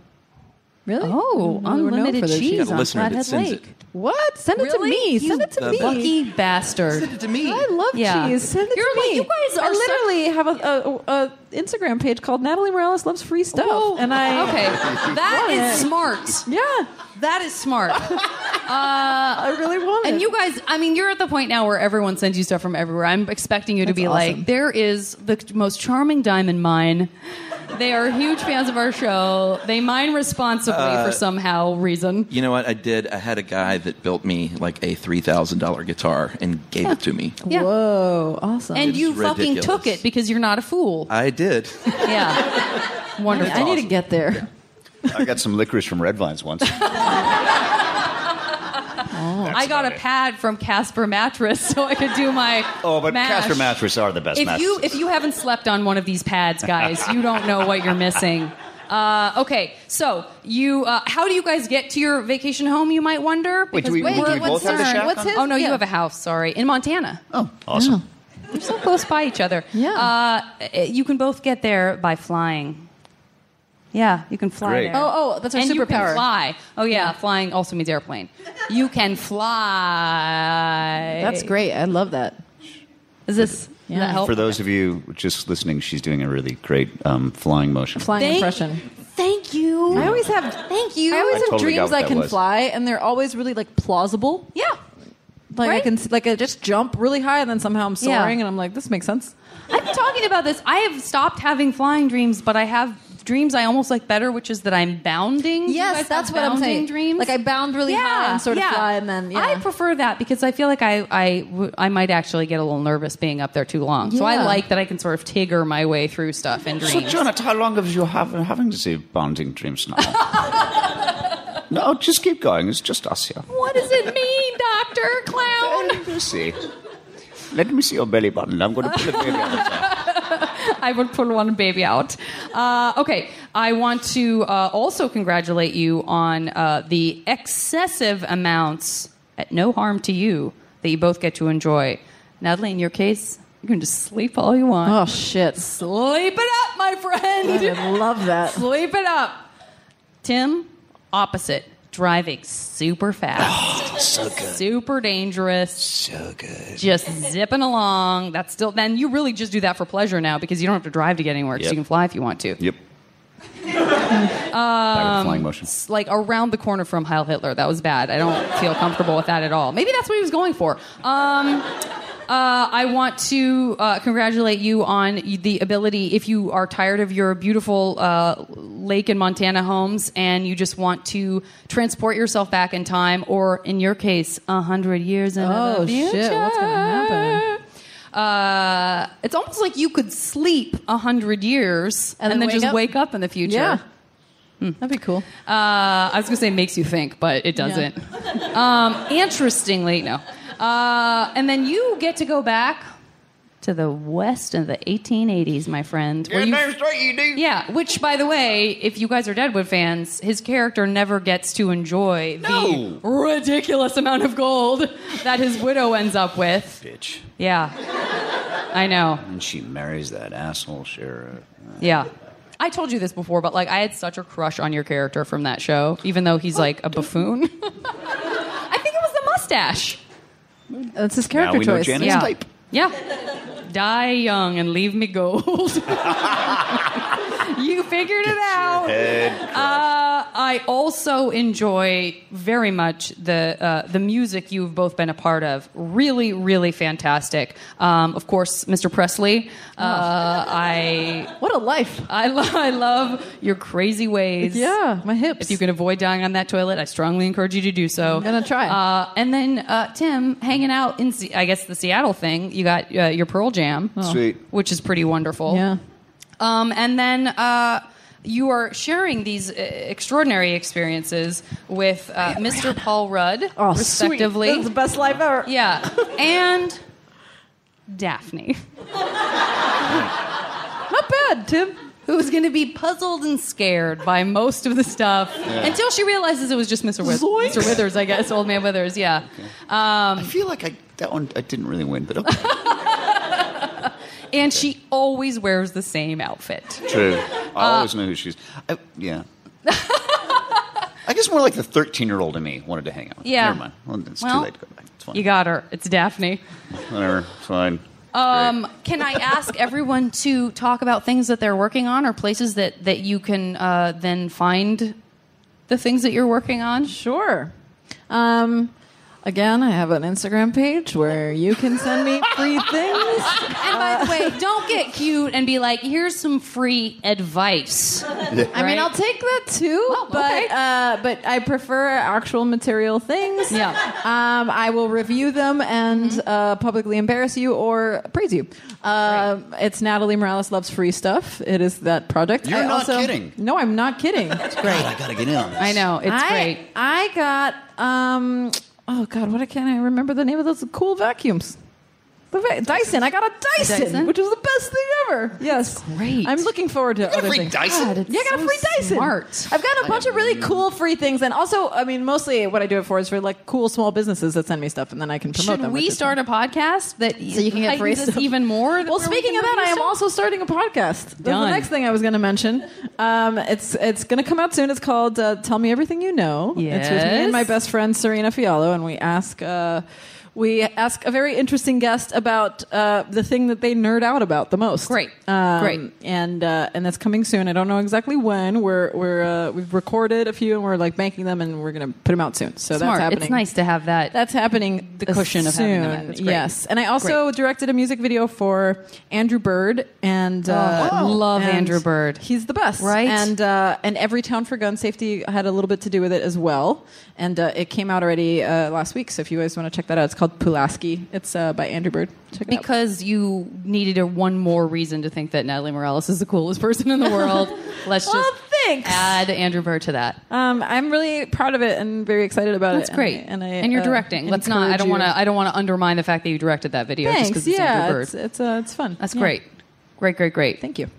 Really?
Oh,
We were known
unlimited
for their
cheese
Got a
on
listener that
Flathead
sends
Lake.
it.
What? Send it to
Really?
me.
You
Send it to me.
Lucky bastard.
Send
it to me.
I love
Yeah.
cheese. Send it
You're
to
like-
me.
you guys
I
are such-
literally have a, a, a Instagram page called Natalie Morales loves free stuff, and I
Oh, okay. That
love
is
it.
smart.
Yeah,
that is smart. Uh, I
really want.
And you guys, I mean, you're at the point now where everyone sends you stuff from everywhere. I'm expecting you to
That's
be
awesome.
like, there is the most charming diamond mine. They are huge fans of our show. They mine responsibly
Uh,
for somehow reason.
You know what? I did. I had a guy that built me like a three thousand dollar guitar and gave it to me.
Yeah.
Whoa, awesome.
And
It's
you fucking
ridiculous.
took it because you're not a fool.
I did.
Yeah. Wonderful.
I need to get there.
I got some licorice from Red Vines once.
I got a pad from Casper Mattress so I could do my.
Oh, but
mash.
Casper mattresses are the best
if
mattresses.
you if you haven't slept on one of these pads, guys, you don't know what you're missing. Uh, okay, so you, uh, how do you guys get to your vacation home? You might wonder.
Wait, do we- Wait, do we what's both have the
the
shack What's on? his-
Oh no,
yeah.
you have a house. Sorry, in Montana.
Oh, awesome.
You're so close by each other. Yeah. Uh, you can both get there by flying. Yeah, you can fly
Great.
there.
Oh, oh, that's our
and You
superpower.
can fly. Oh yeah, flying also means airplane. You can fly.
That's great. I love that.
Is this yeah. that help?
For those of you just listening, she's doing a really great um, flying motion.
Flying
Thank-
impression.
Thank you.
I always have. Thank you. I always
I
have
totally got
dreams
what
I
that
can
was.
fly, and they're always really like plausible.
Yeah.
Like I
Right?
can s- like I just jump really high, and then somehow I'm
Yeah.
soaring, and I'm like, this makes sense.
I've been talking about this. I have stopped having flying dreams, but I have dreams I almost like better, which is that I'm bounding. You guys
Yes,
have
that's what I'm
bounding
saying.
Dreams.
Like I bound really high and sort of fly, and then yeah.
I prefer that because I feel like I I w- I might actually get a little nervous being up there too long. So I
Yeah.
like that I can sort of tigger my way through stuff in dreams.
So, Jonathan, how long have you have, having to say bonding dreams now? no, just keep going. It's just us here.
what does it mean, Doctor Clown?
Let me see. Let me see your belly button. I'm going to pull it baby out.
I would pull one baby out. Uh, okay, I want to uh, also congratulate you on uh, the excessive amounts, at no harm to you, that you both get to enjoy. Natalie, in your case, you can just sleep all you want.
Oh shit!
Sleep it up, my friend.
I would love that.
Sleep it up. Tim, opposite. Driving super fast.
so good.
Super dangerous. So good. Just zipping along. That's still, then you really just do that for pleasure now because you don't have to drive to get anywhere 'cause
Yep.
you can fly if you want to.
Yep.
Um,
flying motion.
s- Like around the corner from Heil Hitler. That was bad. I don't feel comfortable with that at all. Maybe that's what he was going for. Um, uh, I want to uh, congratulate you on y- the ability, if you are tired of your beautiful uh, lake and Montana homes and you just want to transport yourself back in time, or in your case, a 100 years into
Oh
the future.
shit! What's gonna happen?
Uh, it's almost like you could sleep a hundred years and, then just wake up in the future.
Yeah, that'd be cool.
Uh, I was gonna say makes you think, but it doesn't. um, interestingly, no. Uh, and then you get to go back to the West of the 1880s, my friend. where you- yeah, which, by the way, if you guys are Deadwood fans, his character never gets to enjoy the ridiculous amount of gold that his widow ends up with.
Bitch.
Yeah, I know.
And she marries that asshole sheriff.
Yeah. I told you this before, but like I had such a crush on your character from that show, even though he's like a buffoon. I think it was the mustache.
That's his
character
Now we know choice. Janet's
yeah.
type.
Yeah. Die young and leave me gold. you figured it out.
head
uh, I also enjoy very much the uh, the music you've both been a part of. Really, really fantastic. Um, of course, Mr. Presley. Uh, I what a life. I love I love your crazy ways. Yeah, my hips. If you can avoid dying on that toilet, I strongly encourage you to do so. I'm gonna try. Uh, and then uh, Tim hanging out in Se- I guess the Seattle thing. You got uh, your Pearl Jam,
Oh. Sweet.
which is pretty wonderful.
Yeah.
Um, and then uh, you are sharing these uh, extraordinary experiences with uh, Mr. Paul Rudd,
Oh, sweet.
respectively.
That's the best life ever.
Yeah. And Daphne. Not bad, Tim. Who's going to be puzzled and scared by most of the stuff
Yeah.
until she realizes it was just Mr. Withers.
Zoinks.
Mr. Withers, I guess, Old Man Withers. Yeah. Um,
I feel like I that one I didn't really win, but okay.
and she always wears the same outfit.
true. I
Uh,
always know who she's. I, yeah. I guess more like the thirteen-year-old in me wanted to hang out. with.
Yeah.
Never mind. Well, it's
Well,
too late to go back. It's fine.
You got her. It's Daphne.
Whatever. It's fine.
Um, can I ask everyone to talk about things that they're working on or places that, that you can uh, then find the things that you're working on?
Sure. Um, again, I have an Instagram page where you can send me free things.
And by the
Uh,
way, don't get cute and be like, here's some free advice.
I mean, I'll take that too, but uh, but I prefer actual material things. Yeah. Um, I will review them and uh, publicly embarrass you or praise you. Uh, It's Natalie Morales loves free stuff. It is that project.
You're
I
not
also-
kidding.
No, I'm not kidding. That's
great. I gotta get in on this.
I- I got um oh god, what can't I remember the name of those cool vacuums? The va- Dyson. I got a Dyson,
Dyson?
which is the best thing ever. Yes,
great.
I'm looking forward to other
free
things.
Dyson? God, it's
yeah, I got
so
a free Dyson.
smart.
I've got a bunch of really cool free things, and also, I mean, mostly what I do it for is for like cool small businesses that send me stuff, and then I can promote
Should
them.
we start a podcast that so
you can get free stuff?
even more?
Well, speaking of that, I am also starting a podcast. That's the
Done.
next thing I was going to mention. Um, it's it's going to come out soon. It's called uh, "Tell Me Everything You Know." It's with me
Yes.
and my best friend Serena Fiallo, and we ask uh, we ask a very interesting guest about uh, the thing that they nerd out about the most. Great,
Great.
and uh, and that's coming soon. I don't know exactly when. We're we're uh, we've recorded a few, and we're like banking them, and we're going to put them out soon. So
Smart.
that's
It's
happening.
nice to have that.
That's happening.
The cushion of
soon.
having them out. That's great.
Yes, and I also directed a music video for Andrew Bird, and uh,
Oh, love
and
Andrew Bird.
He's the best,
Right?
And uh, and Every Town for Gun Safety had a little bit to do with it as well, and uh, it came out already uh, last week. So if you guys want to check that out, it's called Pulaski. It's uh, by Andrew Bird. Check it out.
because you needed a one more reason to think that Natalie Morales is the coolest person in the world. Let's just add Andrew Burr to that.
Um, I'm really proud of it and very excited about
That's
it.
great.
And, I, and, I,
you're
uh,
directing. Let's not. I
encourage
don't want
you-
to. I don't want to undermine the fact that you directed that video just
Thanks.
because it's
yeah,
Andrew Bird.
it's it's, uh, it's fun.
That's
Yeah.
great. Great, great, great.
Thank you.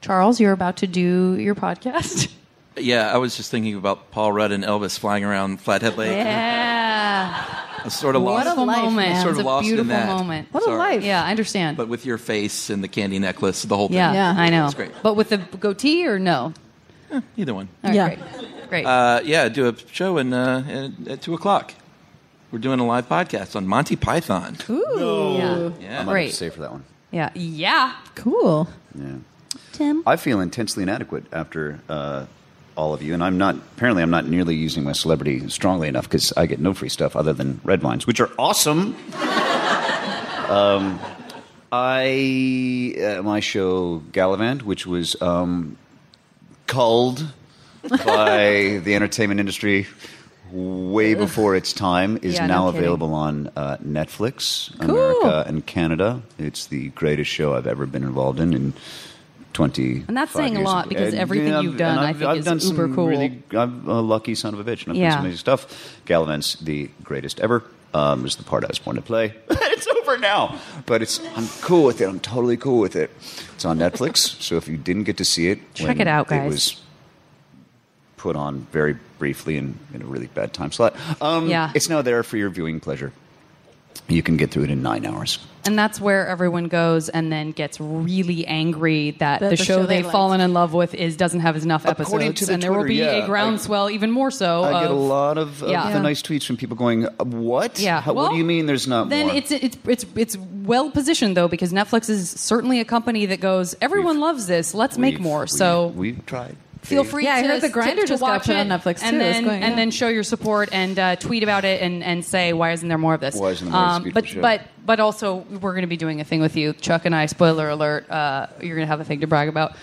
Charles, you're about to do your podcast.
Yeah, I was just thinking about Paul Rudd and Elvis flying around Flathead Lake.
Yeah.
I was sort of
What
lost.
a moment.
I was
man.
sort
It's
of
a
lost in
beautiful
that.
moment. What
Sorry.
a life. Yeah, I understand.
But with your face and the candy necklace, the whole thing.
Yeah, I know.
It's great.
But with the goatee or no?
Either one.
All right,
Yeah.
Great. great.
Uh, yeah, do a show in, uh, at, at two o'clock. We're doing a live podcast on Monty Python.
Ooh. Yeah.
Yeah.
I'm gonna have
Great.
to Stay for that one.
Yeah. Yeah.
Cool.
Yeah.
Tim?
Mm-hmm.
I feel intensely inadequate after uh, all of you, and I'm not. Apparently, I'm not nearly using my celebrity strongly enough because I get no free stuff other than red wines, which are awesome. um, I uh, my show Gallivant, which was um, culled by the entertainment industry way before its time, is
Yeah, no
now
kidding.
available on uh, Netflix, America and Canada. It's the greatest show I've ever been involved in in 20
And that's saying a
years.
lot because everything
yeah,
you've done,
and
I
I've-
think,
I've
is
done some
uber cool.
really- I'm a lucky son of a bitch, and I've
Yeah.
done some amazing stuff. Galavant's the greatest ever. Um, is the part I was born to play, it's over now. but it's I'm cool with it. I'm totally cool with it. It's on Netflix, so if you didn't get to see it,
Check
when
it out,
It
guys.
was put on very briefly and in a really bad time slot. Um,
Yeah.
it's now there for your viewing pleasure. You can get through it in nine hours.
And that's where everyone goes and then gets really angry that
That
the, show, they've
liked.
fallen in love with is doesn't have enough
According
episodes,
to the
and there will
Twitter,
be
yeah,
a
I-
groundswell even more so.
I
of,
get a lot of, of
yeah.
the nice tweets from people going, "Uh, "What?
Yeah,
How- what
well,
do you mean? There's not
then
more?"
it's it's it's it's well positioned though because Netflix is certainly a company that goes everyone loves this let's make
We've-
more
we-
so
we've tried.
feel free
Yeah, I
to
heard the Grindr
to,
just got
watch
put
it
on Netflix,
and
too. It's
then
going,
and
yeah.
then show your support and uh, tweet about it and, and say why isn't there more of this Um,
Why isn't there more of this beautiful
but
show?
but but also we're going to be doing a thing with you Chuck and I spoiler alert uh, you're going to have a thing to brag about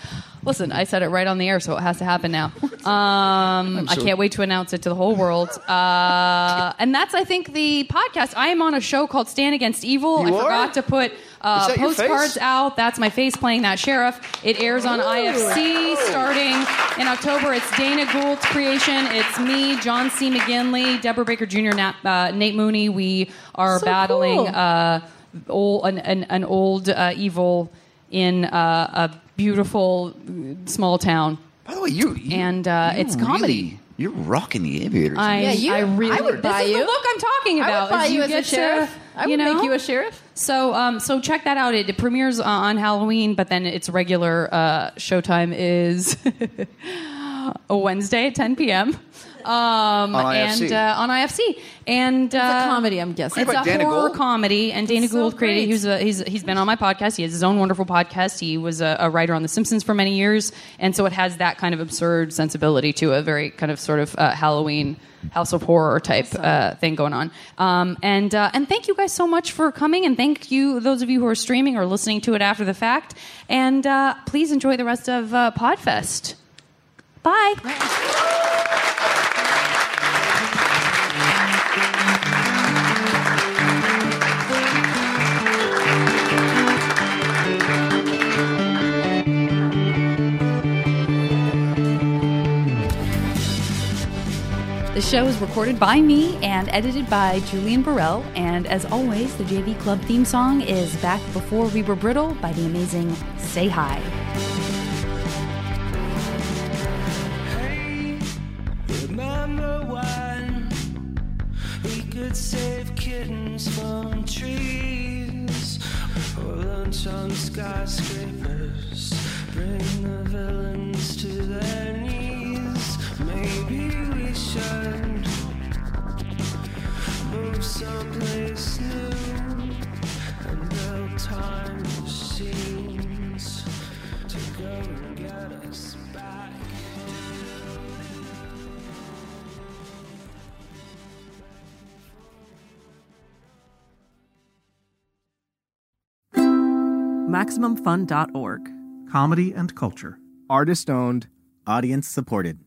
listen I said it right on the air so it has to happen now um, I
so-
can't wait to announce it to the whole world uh, and that's I think the podcast I am on a show called Stand Against Evil
You
I
are?
forgot to put
Is
uh,
that your
postcards
face?
out that's my face playing that sheriff it airs on
Ooh.
IFC starting in October. It's Dana Gould's creation. It's me, John C. McGinley, Deborah Baker Jr., Nat, uh, Nate Mooney. We are
So
battling
cool.
uh, old, an, an, an old uh, evil in uh, a beautiful uh, small town.
By the way, you, you
and uh, it's
You're
comedy.
really- You're rocking the aviators.
I,
Yeah, you-
I really
I would
this
buy
is the
you.
look I'm
I
talking
would
about. is
buy you as a
get to,
sheriff. I would
know?
make you a sheriff.
So, um, so check that out. It, it premieres uh, on Halloween, but then its regular uh, showtime is a Wednesday at 10 p.m. Um,
On
and
IFC.
uh, on IFC, and uh,
It's a comedy, I'm guessing.
It's
Created
a
by Dana
horror
Gould?
comedy, and Dana Gould created. He's, a, he's he's been on my podcast. He has his own wonderful podcast. He was a, a writer on The Simpsons for many years, and so it has that kind of absurd sensibility to a very kind of sort of uh, Halloween House of Horror type uh, thing going on. Um, and uh, and thank you guys so much for coming, and thank you those of you who are streaming or listening to it after the fact. And uh, please enjoy the rest of uh, Podfest. Bye.
The show is recorded by me and edited by Julian Burrell. And as always, the JV Club theme song is Back Before We Were Brittle by the amazing Say Hi.
Remember when we could save kittens from trees or lunch on skyscrapers? Bring the villains to their knees. Maybe we should move someplace new and build time machines to go and get us back.
MaximumFun.org. Comedy and culture. Artist owned. Audience supported.